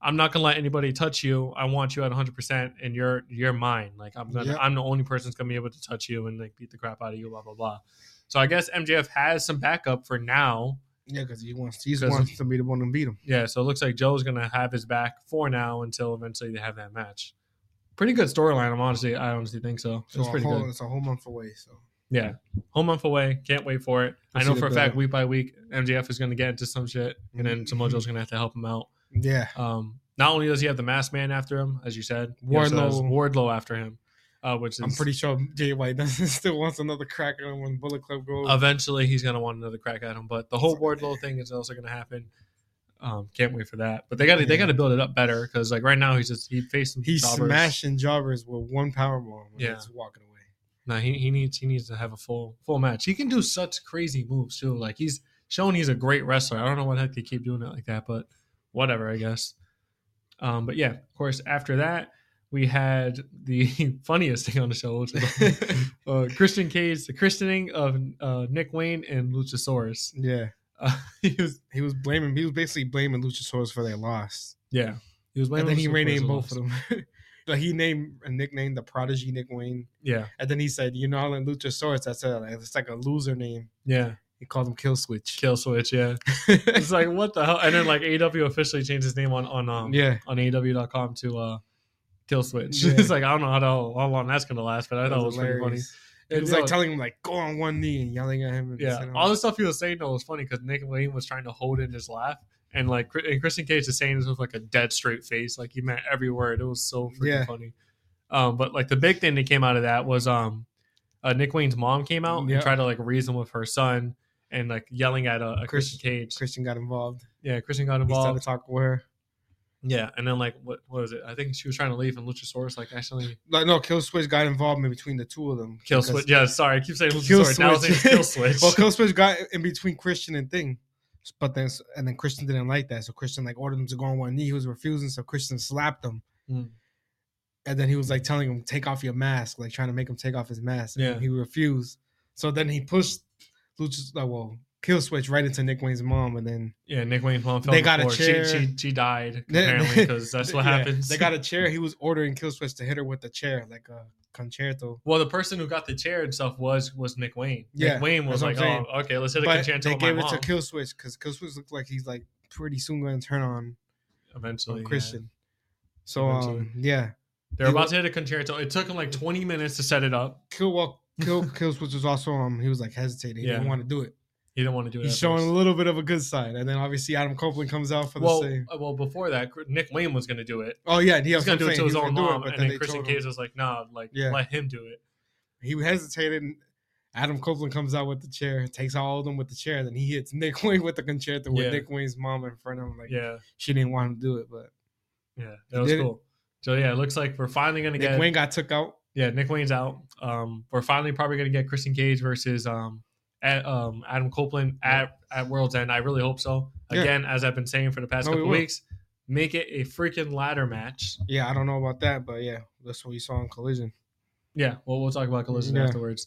S2: I'm not gonna let anybody touch you. I want you at 100, percent and you're you're mine. Like I'm gonna,
S3: Yep.
S2: I'm the only person that's gonna be able to touch you and like beat the crap out of you. Blah blah blah. So I guess MJF has some backup for now.
S3: yeah, because he wants he just
S2: 'Cause-
S3: wants to be the one to beat him.
S2: Yeah, so it looks like Joe's gonna have his back for now until eventually they have that match. Pretty good storyline. I'm honestly, I honestly think so.
S3: So
S2: it's
S3: a
S2: pretty
S3: whole,
S2: good.
S3: it's a whole month away. So
S2: Yeah. Whole month away. Can't wait for it.
S3: We'll
S2: I know
S3: see
S2: for
S3: the
S2: a fact
S3: build-up.
S2: week by week, MJF is going to get into some shit, and then
S3: Mhm.
S2: Samoa Joe's going to have to help him out.
S3: yeah,
S2: Um, not only does he have the masked man after him, as you said, he also
S3: Wardlow.
S2: has Wardlow after him, uh, which is
S3: I'm pretty sure Jay White doesn't still wants another crack at him when Bullet Club goes.
S2: eventually he's going to want another crack at him. But the whole
S3: That's okay.
S2: Wardlow thing is also going to happen. Um, can't wait for that. But they got to they
S3: Yeah.
S2: got to build it up better because like right now he's just he faced some
S3: He's
S2: jobbers.
S3: smashing jobbers with one power bomb. and
S2: Yeah.
S3: he's walking away.
S2: Nah, he, he needs he needs to have a full full match. He can do such crazy moves too. Like he's shown he's a great wrestler. I don't know what heck they keep doing it like that, but whatever, I guess. Um, but yeah, of course, after that we had the funniest thing on the show, which was uh, Christian Cage, the christening of uh, Nick Wayne and Luchasaurus.
S3: yeah,
S2: Uh, he was
S3: he was blaming. He was basically blaming Luchasaurus for their loss,
S2: yeah, he was
S3: and
S2: blaming
S3: then he
S2: Luchasaurus
S3: renamed
S2: for loss.
S3: both of them. Like he named and nicknamed the prodigy Nick Wayne,
S2: Yeah,
S3: and then he said, "You know, I like Luchasaurus." I said, like, "It's like a loser name."
S2: yeah,
S3: He called him Kill Switch.
S2: kill switch. Yeah, it's like what the hell? And then like AW officially changed his name on on um,
S3: yeah,
S2: on AEW.com to uh, kill switch.
S3: Yeah.
S2: it's like I don't know how, the hell- how long that's gonna last, but I
S3: that
S2: thought it was pretty funny.
S3: hilarious. It was like telling him like go on one knee and yelling at him. And
S2: yeah,
S3: saying,
S2: all the stuff he was saying though was funny because Nick Wayne was trying to hold in his laugh, and like Chri- and Christian Cage is saying this with like a dead straight face, like he meant every word. It was so freaking
S3: Yeah.
S2: funny. Um, but like the big thing that came out of that was um, uh, Nick Wayne's mom came out
S3: Yeah.
S2: and tried to like reason with her son and like yelling at a, a
S3: Christian-
S2: Christian Cage.
S3: Christian got involved.
S2: Yeah, Christian got
S3: He started
S2: involved.
S3: to talk with her.
S2: Yeah, and then like what what was it? I think she was trying to leave, and Luchasaurus like actually
S3: Like no, Kill Switch got involved in between the two of them.
S2: Kill
S3: because-
S2: switch. Yeah, sorry, I keep saying Luchasaurus.
S3: Kill
S2: Now I'm saying
S3: switch.
S2: kill switch.
S3: Well, Kill Switch got in between Christian and Thing, but then and then Christian didn't like that, so Christian like ordered him to go on one knee. He was refusing, so Christian slapped him,
S2: Mm.
S3: and then he was like telling him take off your mask, like trying to make him take off his mask.
S2: Yeah.
S3: he refused. So then he pushed Luchas, uh, well, Kill Switch right into Nick Wayne's mom, and then
S2: yeah, Nick Wayne's mom fell.
S3: They
S2: on the
S3: got a
S2: floor.
S3: chair.
S2: She, she, she died
S3: They-
S2: apparently because that's what
S3: Yeah,
S2: happens.
S3: They got a chair. He was ordering Kill Switch to hit her with the chair, like a concerto.
S2: well, the person who got the chair and stuff was was Nick Wayne.
S3: Yeah,
S2: Nick Wayne was
S3: that's
S2: like,
S3: what I'm
S2: oh, okay, let's hit a
S3: But
S2: concerto
S3: they
S2: with my
S3: gave it
S2: mom.
S3: to Kill Switch because Kill Switch looked like he's like pretty soon going to turn on
S2: Eventually,
S3: on
S2: Oh, yeah.
S3: Christian. So
S2: Eventually.
S3: um, yeah,
S2: they're
S3: He
S2: about
S3: was-
S2: to hit a concerto. It took him like twenty minutes to set it up.
S3: Kill Walk Kill Kill Switch was also um he was like hesitating. He didn't
S2: Yeah.
S3: want to do it.
S2: He didn't want to do it.
S3: He's
S2: at
S3: showing
S2: first.
S3: a little bit of a good side, and then obviously Adam Copeland comes out for the
S2: well,
S3: same.
S2: uh, well, before that, Nick Wayne was going to do it.
S3: Oh yeah, and he
S2: He was
S3: was
S2: going to do it to his own mom, and
S3: but then
S2: then,
S3: they
S2: Christian
S3: told him
S2: Cage was like, "Nah, like
S3: Yeah.
S2: let him do it."
S3: he hesitated. And Adam Copeland comes out with the chair, takes all of them with the chair, then he hits Nick Wayne with the concerto
S2: Yeah.
S3: with Nick Wayne's mom in front of him. Like
S2: Yeah,
S3: she didn't want him to do it, but
S2: yeah, that was
S3: did it.
S2: cool. So yeah, it looks like uh, we're finally going to
S3: Nick
S2: get
S3: Wayne got took out.
S2: Yeah, Nick Wayne's out. Um, we're finally probably gonna get Christian Cage versus um, at, um Adam Copeland at at World's End. I really hope so.
S3: Yeah.
S2: Again, as I've been saying for the past
S3: No, we
S2: couple
S3: will.
S2: weeks, make it a freaking ladder match.
S3: Yeah, I don't know about that, but yeah, that's what we saw in Collision.
S2: Yeah, well, we'll talk about collision
S3: Yeah.
S2: afterwards.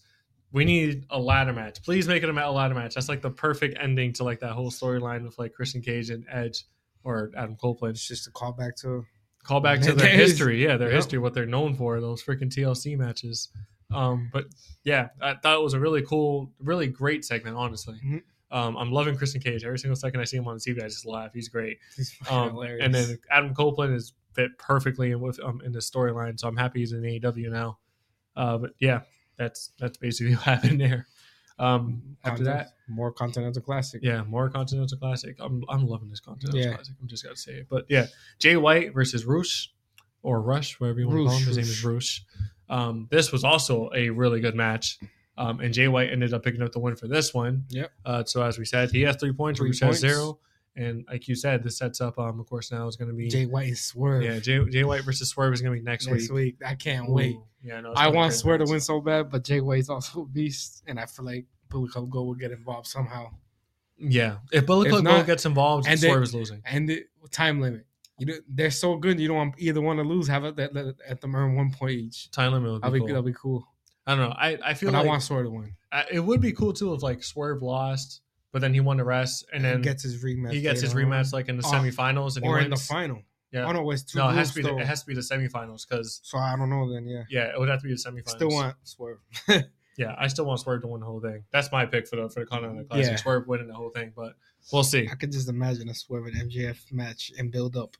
S2: We need a ladder match. Please make it a ma- a ladder match. That's like the perfect ending to like that whole storyline with like Christian Cage and Edge or Adam Copeland.
S3: It's just a callback to
S2: Call back to their
S3: It is.
S2: history. Yeah, their
S3: Yep.
S2: history, what they're known for, those freaking TLC matches. Um, but yeah, I thought it was a really cool, really great segment, honestly.
S3: Mhm.
S2: Um, I'm loving Christian Cage. Every single second I see him on TV, I just laugh. He's great.
S3: He's fucking
S2: Um,
S3: hilarious.
S2: and then Adam Copeland is fit perfectly in with um, in the storyline, so I'm happy he's in AEW now. Uh, but yeah, that's that's basically what happened there. Um, after
S3: Continent-
S2: that,
S3: more Continental Classic.
S2: yeah, more Continental Classic. I'm, I'm loving this Continental
S3: Yeah.
S2: Classic. I'm just gonna say it. But yeah, Jay White versus Roosh or Rush, whatever you want to call
S3: Roosh,
S2: him. His name is
S3: Roosh.
S2: Roosh. Um, this was also a really good match. Um, and Jay White ended up picking up the win for this one.
S3: Yep.
S2: Uh, so as we said, he has three points,
S3: Three
S2: Roosh
S3: points.
S2: has zero. And like you said, this sets up um, of course now is gonna be
S3: Jay White is Swerve.
S2: Yeah, Jay, Jay White versus Swerve is gonna be next,
S3: next week.
S2: week.
S3: I can't wait.
S2: Ooh, Yeah, no, it's
S3: I
S2: gonna be
S3: want
S2: great
S3: Swerve to
S2: match.
S3: win so bad, but Jay White's also a beast, and I feel like Bullet Club Go will get involved somehow.
S2: Yeah. If Bullet
S3: If
S2: Club Gold
S3: not-
S2: gets involved,
S3: and they-
S2: Swerve is losing.
S3: And the time limit. You know, they're so good. You don't want either one to lose. Have it that let, let them earn one point each.
S2: Time limit would be
S3: That'll be
S2: cool.
S3: that'll be cool.
S2: I don't know. I, I feel
S3: But
S2: like
S3: I want Swerve to win.
S2: I, it would be cool too if like Swerve lost, but then he won the rest, and then
S3: he gets his rematch.
S2: his
S3: later on.
S2: rematch like in the
S3: Oh,
S2: semifinals, and he
S3: or
S2: wins.
S3: in the final.
S2: Yeah.
S3: Oh no, it's two
S2: no, it has
S3: rules
S2: to be the,
S3: though.
S2: it has to be the semifinals because
S3: so I don't know. Then yeah,
S2: yeah, it would have to be the semifinals.
S3: still want Swerve.
S2: Yeah, I still want Swerve to win the whole thing. That's my pick for the for the Continental Classic.
S3: Yeah.
S2: Swerve winning the whole thing, but we'll see.
S3: I could just imagine a Swerve and MJF match and build up.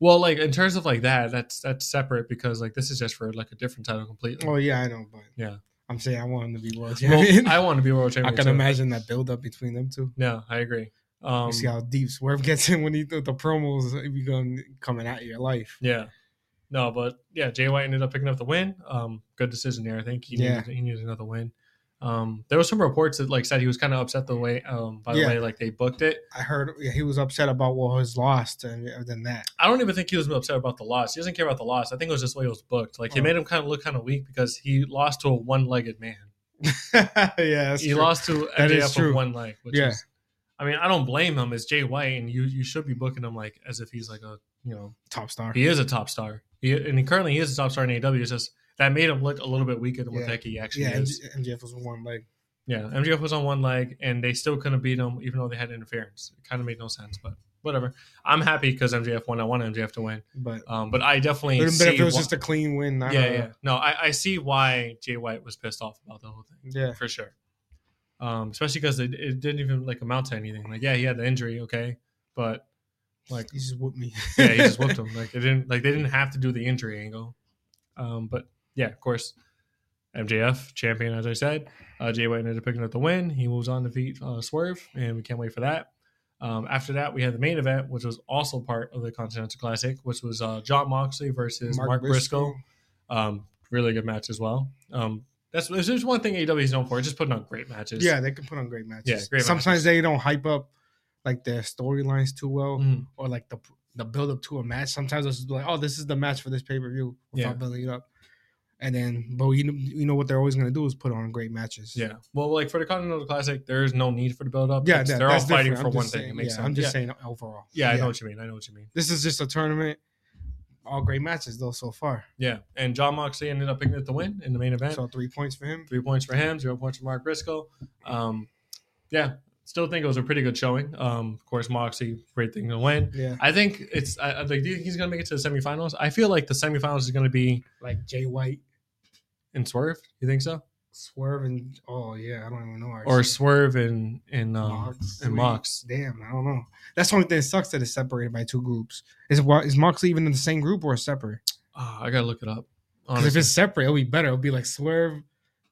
S2: Well, like in terms of like that, that's that's separate because like this is just for like a different title completely.
S3: Oh yeah, I know, but
S2: Yeah.
S3: I'm saying I want him to be world champion.
S2: Well, I want to be world
S3: I,
S2: champion.
S3: can
S2: too.
S3: imagine that build up between them two.
S2: No, I agree. Um,
S3: you see how deep Swerve gets in when he the, the promos be going coming out of your life.
S2: Yeah. No, but yeah, Jay White ended up picking up the win. Um, good decision there. I think he
S3: Yeah.
S2: needed, he needed another win. Um, there was some reports that like said he was kind of upset the way um, by
S3: Yeah.
S2: the way like they booked it.
S3: I heard yeah, he was upset about what was lost and other than that.
S2: I don't even think he was upset about the loss. He doesn't care about the loss. I think it was just the way it was booked. Like it
S3: Oh.
S2: made him kind of look kind of weak because he lost to a one-legged man.
S3: yeah, that's
S2: he
S3: true.
S2: lost to
S3: That
S2: MJF
S3: is
S2: with
S3: true.
S2: one leg. Which
S3: Yeah.
S2: is, I mean, I don't blame him. It's Jay White, and you you should be booking him like as if he's like a you know
S3: top star.
S2: he is a top star. He and he currently is a top star in AEW. It's just that made him look a little bit weaker than what
S3: Yeah.
S2: the heck he actually
S3: yeah, and
S2: is.
S3: MJF was one leg.
S2: Yeah, MJF was on one leg, and they still couldn't beat him, even though they had interference. It kind of made no sense, but whatever. I'm happy because MJF won. I want MJF to win,
S3: But
S2: um, but I definitely
S3: it would have been
S2: see
S3: if it was
S2: why-
S3: just a clean win. Not
S2: yeah,
S3: a-
S2: yeah. No, I, I see why Jay White was pissed off about the whole thing
S3: yeah.
S2: for sure. Um, especially because it, it didn't even like amount to anything. Like, yeah, he had the injury, okay, but like,
S3: He just whooped me.
S2: yeah, he just whooped him. Like, it didn't like they didn't have to do the injury angle. Um, but yeah, of course, MJF champion as I said. Uh, Jay White ended up picking up the win. He moves on to defeat uh, Swerve, and we can't wait for that. Um, after that, we had the main event, which was also part of the Continental Classic, which was uh, John Moxley versus Mark, Briscoe. Um, really good match as well. Um, that's there's just one thing AEW is known for, just putting on great matches.
S3: Yeah, they can put on great matches.
S2: Yeah, great
S3: Sometimes
S2: matches.
S3: they don't hype up like their storylines too well,
S2: Mhm.
S3: or like the the build up to a match. Sometimes it's like, oh, this is the match for this pay per view without
S2: Yeah.
S3: building it up. And then, but you know, you know what they're always going to do is put on great matches.
S2: yeah. Well, like for the Continental Classic, there is no need for the build up.
S3: yeah,
S2: It's-
S3: that-
S2: they're all
S3: that's
S2: fighting
S3: different.
S2: for
S3: I'm
S2: one
S3: just
S2: thing.
S3: saying-
S2: It makes
S3: yeah,
S2: sense.
S3: I'm just
S2: yeah.
S3: saying overall.
S2: Yeah, I know what you mean. I know what you mean.
S3: This is just a tournament, all great matches though so far.
S2: Yeah, and John Moxley ended up picking up the win in the main event.
S3: So three points for him.
S2: Three points for him, zero points for Mark Briscoe. Um, yeah, still think it was a pretty good showing. Um, of course, Moxley, great thing to win.
S3: Yeah,
S2: I think it's. I, I like, do you think he's going to make it to the semifinals? I feel like the semifinals is going to be
S3: like Jay White,
S2: in Swerve. You think so?
S3: Swerve, and oh yeah, I don't even know.
S2: Or
S3: actually.
S2: Swerve and and um,
S3: Moxley.
S2: and Mox?
S3: Damn, I don't know. That's the only thing that sucks that it's separated by two groups. Is Wa- is Moxley even in the same group or separate?
S2: Ah, I gotta look it up.
S3: 'Cause if
S2: Honestly,
S3: it's separate, it'll be better. It'll be like Swerve,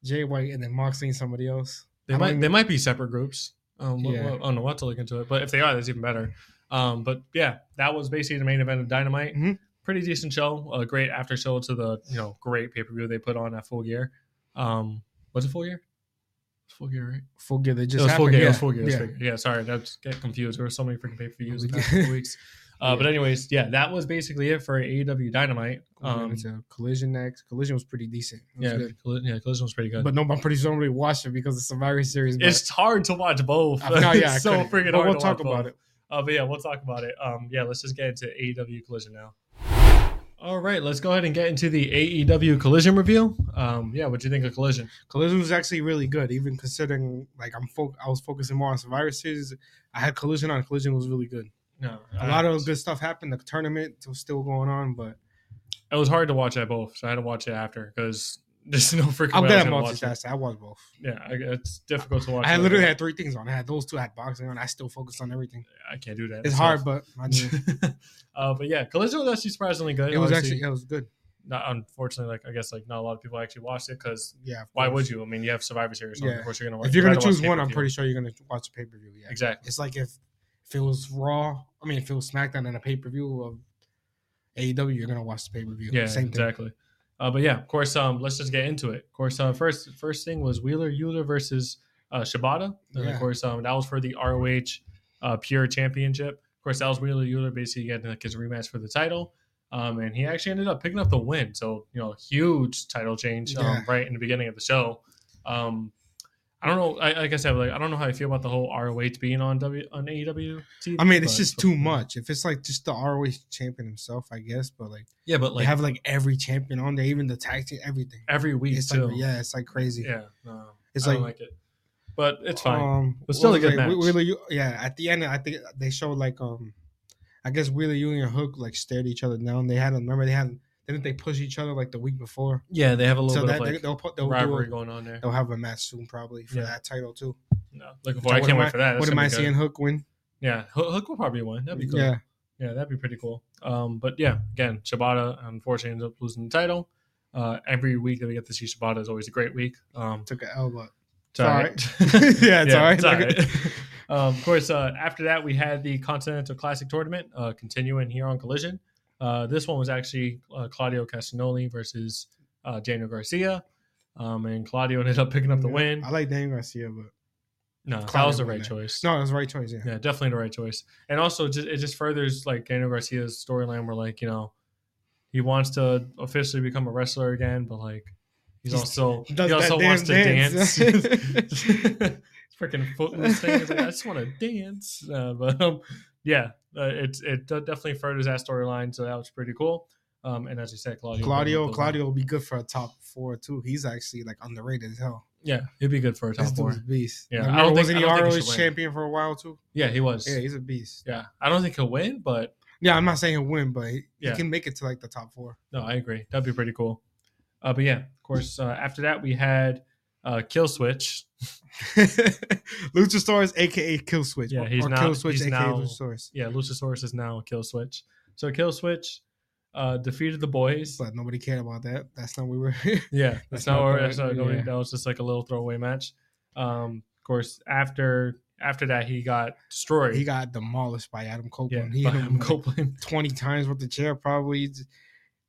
S3: Jay White, and then Moxley and somebody else.
S2: they
S3: I
S2: might
S3: don't
S2: they might be separate groups. Um, what,
S3: Yeah.
S2: what- I don't know what to look into it, but if they are, that's even better. Um, but yeah, that was basically the main event of Dynamite.
S3: Mhm.
S2: Pretty decent show, a great after show to the you know great pay per view they put on at Full Gear. Um, was it Full Gear? It's Full Gear, right?
S3: Full gear that just
S2: it was full
S3: happened.
S2: gear.
S3: Yeah.
S2: It was full gear. it was
S3: Yeah.
S2: full gear. Yeah. sorry, that's get confused. There were so many freaking pay per views the
S3: Yeah.
S2: past couple weeks. Uh,
S3: Yeah.
S2: But anyways, yeah, that was basically it for AEW Dynamite.
S3: We'll get
S2: Um,
S3: into uh, collision next. Collision was pretty decent. It was
S2: yeah,
S3: good.
S2: Colli- yeah, Collision was pretty good.
S3: But no, I'm pretty sure nobody watched it because it's Survivor Series. but-
S2: it's hard to watch both.
S3: I- no, yeah, I
S2: it's so
S3: couldn't.
S2: freaking
S3: But
S2: hard.
S3: we'll
S2: to
S3: talk
S2: watch
S3: about
S2: both.
S3: it.
S2: Uh, but yeah, we'll talk about it. Um, yeah, let's just get into AEW Collision now. All right, let's go ahead and get into the AEW Collision review. Um, yeah, what you think of Collision?
S3: Collision was actually really good, even considering like I'm fo- I was focusing more on Survivor Series. I had Collision on. Collision was really good.
S2: No,
S3: A lot of good stuff happened. The tournament was still going on, but
S2: it was hard to watch at both, so I had to watch it after because there's no freaking.
S3: I'm
S2: way I was
S3: glad I'm
S2: gonna watch it.
S3: multitasking. I was both.
S2: Yeah, I, it's difficult to watch.
S3: I had
S2: like
S3: literally
S2: that.
S3: had three things on. I had those two. I had boxing on. I still focused on everything.
S2: I can't do that.
S3: It's hard, but I knew.
S2: but uh, but yeah, Collision was actually surprisingly good.
S3: it was
S2: Obviously,
S3: actually it was good.
S2: not, unfortunately like I guess like not a lot of people actually watched it because
S3: Yeah. of
S2: why
S3: course.
S2: would you? I mean, you have Survivor Series, on, of
S3: Yeah.
S2: course you're gonna watch.
S3: If you're
S2: you
S3: gonna
S2: gotta watch
S3: choose one, I'm
S2: pay-per-view.
S3: pretty sure you're gonna watch the pay per view. Yeah.
S2: exactly.
S3: It's like if if it was Raw. I mean, if it was SmackDown and a pay per view of AEW, you're gonna watch the pay per view.
S2: Yeah,
S3: Same thing.
S2: exactly. Uh, but yeah, of course. Um, let's just get into it. Of course, uh, first first thing was Wheeler Euler versus uh, Shibata, and
S3: Yeah.
S2: of course, um, that was for the ROH uh, Pure Championship. Of course, that was Wheeler Euler basically getting like his rematch for the title, um, and he actually ended up picking up the win. So you know, huge title change um,
S3: Yeah.
S2: right in the beginning of the show. Um, I don't know. I, like I said, like I don't know how I feel about the whole ROH being on W on AEW. TV,
S3: I mean, it's
S2: but-
S3: just too much. If it's like just the ROH champion himself, I guess, but like,
S2: Yeah, but
S3: they
S2: like
S3: have like every champion on there, even the tag team, everything.
S2: every week
S3: It's
S2: too.
S3: like, yeah, it's like crazy.
S2: Yeah, no,
S3: It's
S2: I don't
S3: like-
S2: like it, but it's fine.
S3: Um,
S2: But still a
S3: what
S2: good
S3: was it?
S2: match.
S3: Wheeler, Yu- yeah. At the end, I think they showed like um, I guess Wheeler Ewing and Hook like stared each other down. They had a remember they had didn't they push each other like the week before?
S2: yeah, they have a little
S3: So
S2: bit
S3: that
S2: of
S3: they,
S2: like
S3: they'll put they'll, do
S2: rivalry
S3: a-
S2: going on there.
S3: they'll have a match soon probably for
S2: Yeah.
S3: that title too.
S2: No, looking
S3: So
S2: forward. I
S3: what
S2: can't
S3: am
S2: wait for that. That's
S3: what am
S2: gonna
S3: I
S2: be good.
S3: seeing Hook win?
S2: Yeah, Hook, Hook will probably win. That'd be cool. Yeah.
S3: Yeah,
S2: that'd be pretty cool. Um, but yeah, again, Shibata unfortunately ends up losing the title. Uh, every week that we get to see Shibata is always a great week. Um,
S3: took an L, but
S2: it's all
S3: all
S2: right.
S3: yeah, it's all right.
S2: um, of course, uh, after that, we had the Continental Classic tournament uh, continuing here on Collision. Uh, this one was actually uh, Claudio Castagnoli versus uh, Daniel Garcia. Um, and Claudio ended up picking up the win.
S3: I like Daniel Garcia, but
S2: No, that
S3: Claudio
S2: was the
S3: won
S2: right
S3: that.
S2: choice.
S3: no, it was the right choice. Yeah.
S2: Yeah, definitely the right choice. And also, just, it just furthers like Daniel Garcia's storyline where, like, you know, he wants to officially become a wrestler again, but like, he's,
S3: He's-
S2: also he,
S3: he does that
S2: also
S3: damn
S2: wants to dance.
S3: dance.
S2: Freaking footloose thing. He's like, I just want to dance. Uh, but um, yeah, uh, it it de- definitely furthers that storyline. So that was pretty cool. Um, and as you said, Claudio,
S3: Claudio,
S2: the-
S3: Claudio will be good for a top four too. He's actually like underrated as hell.
S2: yeah, he'd be good for a top
S3: This
S2: four.
S3: dude's beast.
S2: Yeah, I
S3: Like,
S2: don't
S3: remember,
S2: think-
S3: wasn't
S2: I
S3: he
S2: don't think he
S3: ROH
S2: should win.
S3: champion for a while too?
S2: Yeah, he was.
S3: Yeah,
S2: Yeah,
S3: he's a beast.
S2: I don't think he'll win, but
S3: Yeah, I'm not saying he'll win, but he,
S2: Yeah.
S3: he can make it to like the top four.
S2: No, I agree. That'd be pretty cool. Uh, but yeah, of course. Uh, after that, we had uh, Kill Switch.
S3: Luchasaurus, aka Kill Switch.
S2: Yeah, he's
S3: or
S2: now-
S3: Kill Switch,
S2: he's
S3: aka
S2: now-
S3: Luchasaurus.
S2: Yeah, Luchasaurus is now Kill Switch. So Kill Switch uh, defeated the boys.
S3: But nobody cared about that. That's not what we were.
S2: yeah, that's
S3: That's
S2: not
S3: not
S2: where
S3: the-
S2: that's not going.
S3: yeah.
S2: That was just like a little throwaway match. Um, of course, after after that, he got destroyed.
S3: he got demolished by Adam
S2: yeah,
S3: Copeland. he
S2: by
S3: hit him
S2: Adam
S3: like,
S2: Copeland.
S3: 20 times with the chair, probably.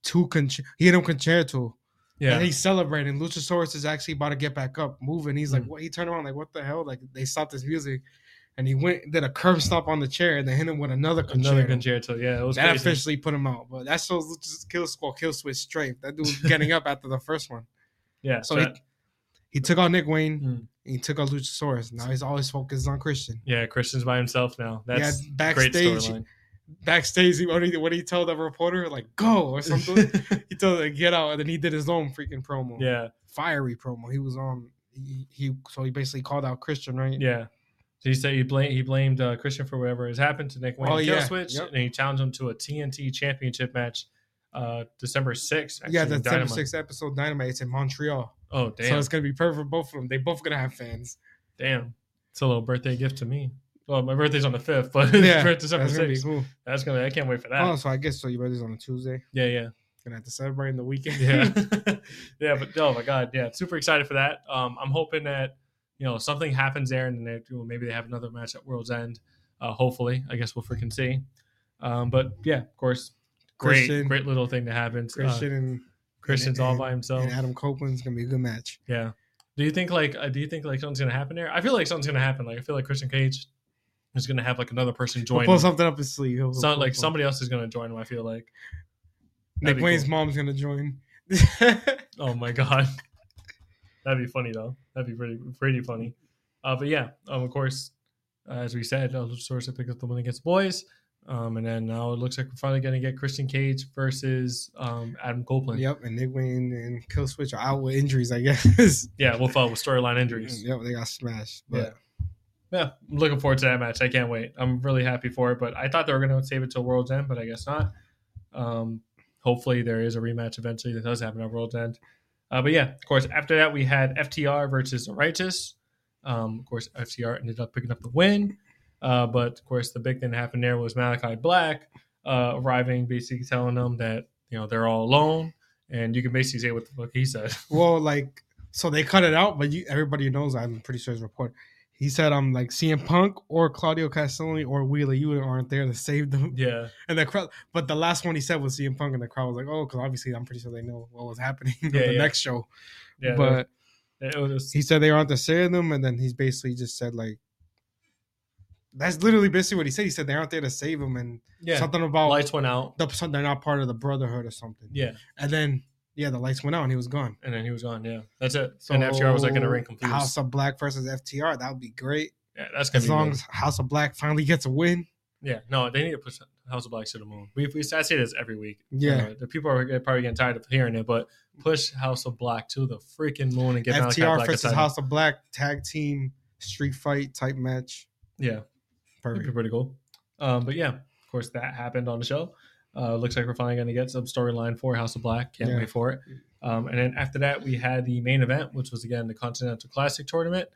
S3: Two conch- he hit him concerto.
S2: Yeah,
S3: And he's celebrating. Luchasaurus is actually about to get back up, moving. He's like,
S2: Mm.
S3: what? He turned around, like, what the hell? Like, they stopped this music. And he went, did a curb stop on the chair, and then hit him with another concerto.
S2: another concerto. Yeah, it was
S3: that
S2: crazy.
S3: officially put him out. But that shows Lucha's kill squad, kill switch strength. That dude was getting up after the first one.
S2: Yeah,
S3: So
S2: that-
S3: he, he took out Nick Wayne,
S2: Mm.
S3: and he took out Luchasaurus. Now he's always focused on Christian.
S2: yeah, Christian's by himself now. That's
S3: yeah,
S2: great
S3: backstage,
S2: storyline.
S3: backstage, he, what did he- what did he tell the reporter? Like, go or something. he told her, get out. And then he did his own freaking promo.
S2: yeah,
S3: Fiery promo. He was on, he, he so he basically called out Christian, right?
S2: Yeah. So he said he blamed he blamed uh, Christian for whatever has happened to Nick Wayne
S3: Oh,
S2: and Kill
S3: yeah.
S2: Switch,
S3: Yep.
S2: and he challenged him to a TNT Championship match, uh, December sixth. actually,
S3: Yeah, the
S2: in
S3: December
S2: Dynamite.
S3: 6th episode Dynamite. It's in Montreal.
S2: Oh
S3: So
S2: damn,
S3: it's going to be perfect for both of them. They both going to have fans.
S2: damn! It's a little birthday gift to me. Well, my birthday's on the fifth, but it's
S3: Yeah,
S2: birth- December
S3: That's going to be
S2: sixth.
S3: cool.
S2: That's gonna. I can't wait for that.
S3: Oh, so I guess so. Your birthday's on a Tuesday.
S2: Yeah, yeah,
S3: Gonna have to celebrate in the weekend.
S2: yeah, yeah. But oh my god, yeah! Super excited for that. Um, I'm hoping that you know something happens there, and then they, well, maybe they have another match at World's End. Uh, hopefully, I guess we'll freaking see. Um, but yeah, of course, great,
S3: Christian,
S2: great little thing that happens. Uh,
S3: Christian and
S2: Christian's all
S3: and-
S2: by himself.
S3: and Adam Copeland's gonna be a good match.
S2: Yeah. Do you think like uh, do you think like something's gonna happen there? I feel like something's gonna happen. Like I feel like Christian Cage is gonna have like another person
S3: He'll
S2: join.
S3: pull
S2: him.
S3: something up his sleeve. He'll-
S2: Sound like
S3: he'll-
S2: somebody else is gonna join him. I feel like. that'd
S3: Nick
S2: be
S3: Wayne's
S2: cool.
S3: mom's gonna join.
S2: Oh my god, that'd be funny though. That'd be pretty pretty funny. Uh, but yeah, um, of course, uh, as we said, uh, Luchasaurus picked up the win against the boys. Um, and then now it looks like we're finally gonna get Christian Cage versus um, Adam Copeland.
S3: yep, and Nick Wayne and Kill Switch are out with injuries, I guess.
S2: Yeah, we'll follow with storyline injuries.
S3: yep, they got smashed. But
S2: Yeah, I'm looking forward to that match. I can't wait. I'm really happy for it, but I thought they were going to save it till World's End, but I guess not. Um, hopefully, there is a rematch eventually that does happen at World's End. Uh, but yeah, of course, after that, we had FTR versus The Righteous. Um, of course, FTR ended up picking up the win. Uh, but of course, the big thing that happened there was Malachi Black uh, arriving, basically telling them that, you know, they're all alone. And you can basically say what the fuck he said.
S3: well, like so they cut it out, but you everybody knows. I'm pretty sure it's report. He said, "I'm like CM Punk or Claudio Castellani or Wheeler. You aren't there to save them."
S2: yeah.
S3: And the crowd, but the last one he said was CM Punk, and the crowd was like, "Oh," because obviously I'm pretty sure they know what was happening on
S2: Yeah,
S3: the
S2: yeah.
S3: next show.
S2: Yeah.
S3: but
S2: it was,
S3: he said they aren't the same them, and then he's basically just said like, "That's literally basically what he said." He said they aren't there to save him, and
S2: yeah.
S3: something about
S2: Lights went out.
S3: the, something, they're not part of the Brotherhood or something.
S2: Yeah.
S3: And then yeah, the lights went out and he was gone.
S2: and then he was gone. Yeah, that's it. and FTR was like in a ring
S3: So,
S2: confused.
S3: House of Black versus FTR. That would be great
S2: yeah, that's gonna
S3: as
S2: be
S3: long
S2: good.
S3: as House of Black finally gets a win.
S2: Yeah, no, they need to push House of Black to the moon. We, we I say this every week.
S3: Yeah.
S2: Uh, the people are get- probably getting tired of hearing it, but push House of Black to the freaking moon and get Malachi
S3: FTR
S2: Black a
S3: versus
S2: title.
S3: House of Black tag team street fight type match.
S2: Yeah, that'd
S3: Perfect.
S2: be pretty cool. Um, but yeah, of course that happened on the show. Uh, looks like we're finally gonna get some storyline for House of Black. Can't
S3: Yeah.
S2: wait for it. Um, and then after that, we had the main event, which was again the Continental Classic tournament,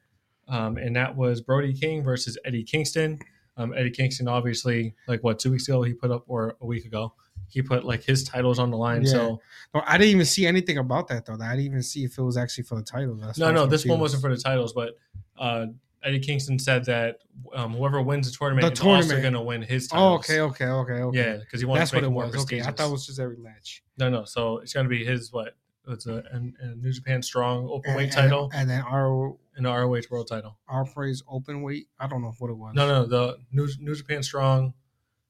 S2: um, and that was Brody King versus Eddie Kingston. Um, Eddie Kingston, obviously, like what two weeks ago he put up or a week ago, he put like his titles on the line. So
S3: No, I didn't even see anything about that though. I didn't even see if it was actually for the title. That's
S2: no,
S3: why I
S2: no,
S3: was
S2: this one
S3: confused.
S2: wasn't for the titles, but uh, Eddie Kingston said that um, whoever wins the tournament
S3: The
S2: is also
S3: tournament.
S2: going to win his titles.
S3: Oh, okay, okay, okay, okay.
S2: Yeah, because he wants
S3: that's
S2: to make
S3: what it
S2: more
S3: was. Okay, I
S2: prestigious.
S3: thought it was just every match.
S2: No, no. So it's going to be his what It's a, an a New Japan Strong open
S3: and,
S2: weight
S3: and-
S2: title
S3: and then our
S2: and a ROH World title.
S3: our phrase open weight. I don't know what it was.
S2: No, no, the New, New Japan Strong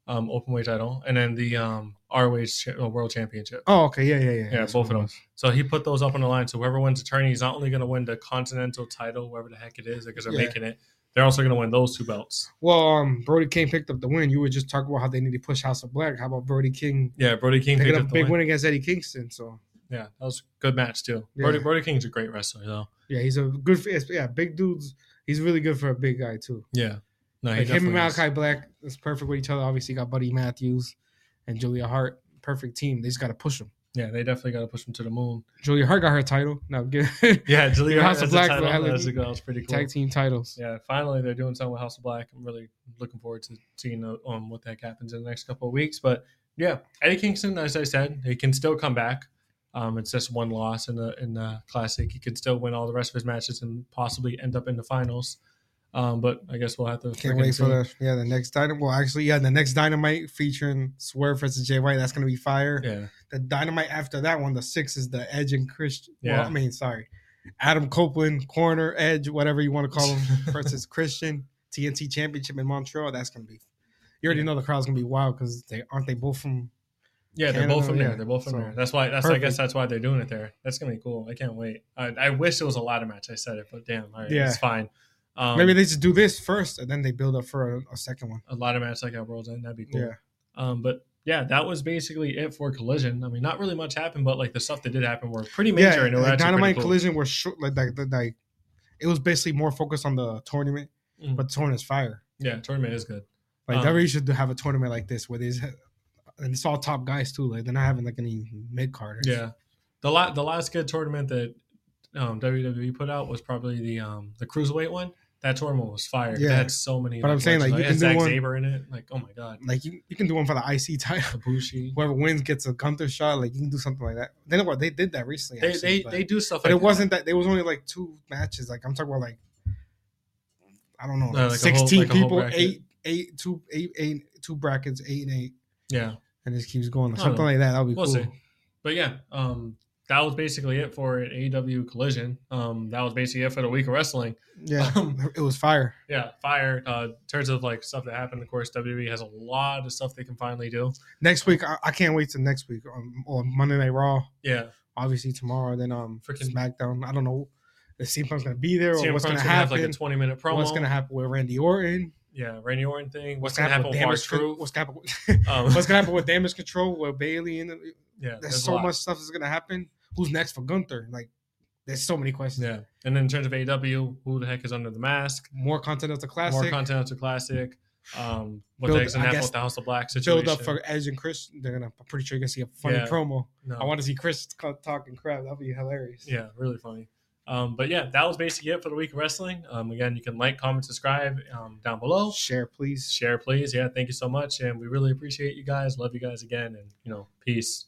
S2: um, open weight title, and then the um, ROH cha- uh, World Championship.
S3: Oh, okay, yeah, yeah, yeah.
S2: Yeah,
S3: That's
S2: both
S3: what
S2: of
S3: it
S2: them.
S3: was.
S2: So he put those up on the line. So whoever wins attorney is not only going to win the Continental title, wherever the heck it is, because they're
S3: Yeah.
S2: making it. They're also going to win those two belts.
S3: Well, um, Brody King picked up the win. You were just talking about how they need to push House of Black. How about Brody King
S2: Yeah, Brody King
S3: picking
S2: picked
S3: up a
S2: up the
S3: big
S2: win.
S3: win. against Eddie Kingston? So
S2: Yeah, that was a good match too.
S3: Yeah.
S2: Brody Brody King's a great wrestler though.
S3: yeah, he's a good. Yeah, big dudes. He's really good for a big guy too.
S2: Yeah, no, he
S3: Like him and
S2: definitely is.
S3: Malachi Black is perfect with each other. Obviously, you got Buddy Matthews and Julia Hart. Perfect team. They just got to push them.
S2: Yeah, they definitely got to push him to the moon.
S3: Julia Hart got her title. Now get
S2: Yeah, Julia
S3: Your
S2: Hart
S3: House of
S2: has a
S3: Black,
S2: title.
S3: I like-
S2: That's a- That was pretty cool.
S3: tag team titles.
S2: Yeah, finally they're doing something with House of Black. I'm really looking forward to seeing uh, um, what the heck happens in the next couple of weeks. But yeah, Eddie Kingston, as I said, he can still come back. Um, it's just one loss in the in the classic. He could still win all the rest of his matches and possibly end up in the finals. Um, but I guess we'll have to
S3: Can't
S2: freaking
S3: wait for
S2: see.
S3: the yeah the next dynamite. Well, actually, yeah, the next dynamite featuring Swerve versus Jay White. That's gonna be fire.
S2: Yeah,
S3: The dynamite after that one, the six is the Edge and Christian. Well,
S2: Yeah.
S3: I mean, sorry, Adam Copeland, Corner Edge, whatever you want to call him, versus Christian TNT Championship in Montreal. That's gonna be. You already know the crowd's gonna be wild because they aren't they both from
S2: Yeah, they're both
S3: Canada,
S2: from
S3: yeah.
S2: there. They're both from
S3: So,
S2: there. That's why. That's I guess
S3: perfect.
S2: that's why they're doing it there. That's gonna be cool. I can't wait. I, I wish it was a ladder match. I said it, but damn, all right,
S3: Yeah.
S2: it's fine. Um,
S3: Maybe they just do this first and then they build up for a, a second one.
S2: a ladder match like at World's End. That'd be cool.
S3: Yeah.
S2: Um, but yeah, that was basically it for Collision. I mean, not really much happened, but like the stuff that did happen were pretty major. and
S3: yeah,
S2: it was
S3: like
S2: actually
S3: Dynamite
S2: pretty cool.
S3: Collision were short, like, like, like, like, it was basically more focused on the tournament,
S2: Mm.
S3: but the tournament's fire.
S2: Yeah, tournament is good.
S3: Like,
S2: Um,
S3: they really should have a tournament like this where there's, and it's all top guys too. Like, they're not having like any mid carders.
S2: Yeah, the la- the last good tournament that um, WWE put out was probably the um, the cruiserweight one. That tournament was fire.
S3: Yeah.
S2: It had so many.
S3: But I'm saying, like,
S2: matches. it
S3: you
S2: had
S3: can do
S2: Zack
S3: one-
S2: Sabre in it. Like, oh my god,
S3: Like, you, you can do one for the IC title.
S2: Ibushi.
S3: Whoever wins gets a Gunther shot. Like, you can do something like that. They know what they did that recently.
S2: They,
S3: actually,
S2: they,
S3: but,
S2: they do stuff
S3: but
S2: like
S3: it wasn't that. There was only like two matches. Like, I'm talking about like, I don't know, like
S2: Yeah, like a whole-
S3: 16
S2: like a whole
S3: people,
S2: bracket.
S3: eight, eight, two, eight, eight, two brackets, eight and eight.
S2: that. Yeah.
S3: and it just keeps going.
S2: I don't
S3: Something
S2: know.
S3: like that. That would be
S2: Oh. We'll
S3: cool.
S2: see. But yeah, um, that was basically it for an AEW collision. Um, that was basically it for the week of wrestling.
S3: Yeah.
S2: Um,
S3: it was fire.
S2: Yeah, fire. Uh, in terms of like stuff that happened, of course, WWE has a lot of stuff they can finally do.
S3: Next week, I, I can't wait till next week on, on Monday Night Raw.
S2: Yeah,
S3: Obviously tomorrow, then um
S2: Freaking-
S3: SmackDown. I don't know if CM Punk's gonna be there or
S2: CM Punk's
S3: what's gonna
S2: gonna have
S3: happen.
S2: like a twenty minute promo.
S3: What's gonna happen with Randy Orton?
S2: yeah, Randy Orton thing. What's, gonna happen with
S3: Damage
S2: Mark
S3: Con-
S2: True?
S3: What's gonna happen? With,
S2: Um,
S3: what's gonna happen with Damage Control? With Bailey and the-
S2: yeah,
S3: there's
S2: a
S3: so
S2: lot.
S3: much stuff that's gonna happen. Who's next for Gunther? Like, there's so many questions.
S2: Yeah, and then in terms of AEW, who the heck is under the mask?
S3: More content of the
S2: More
S3: classic.
S2: Continental Classic. Um, what
S3: Build-
S2: the heck's
S3: I
S2: gonna happen
S3: guess
S2: with the House of Black situation?
S3: Build up for Edge and Chris. They're gonna. I'm pretty sure you're gonna see a funny
S2: Yeah.
S3: promo.
S2: no.
S3: I want to see Chris co- talking crap. That'd be hilarious.
S2: Yeah, really funny. Um, but yeah, that was basically it for the week of wrestling. Um, again, you can like, comment, subscribe um, down below.
S3: Share, please.
S2: Share, please. Yeah, thank you so much, and we really appreciate you guys. Love you guys again, and you know, peace.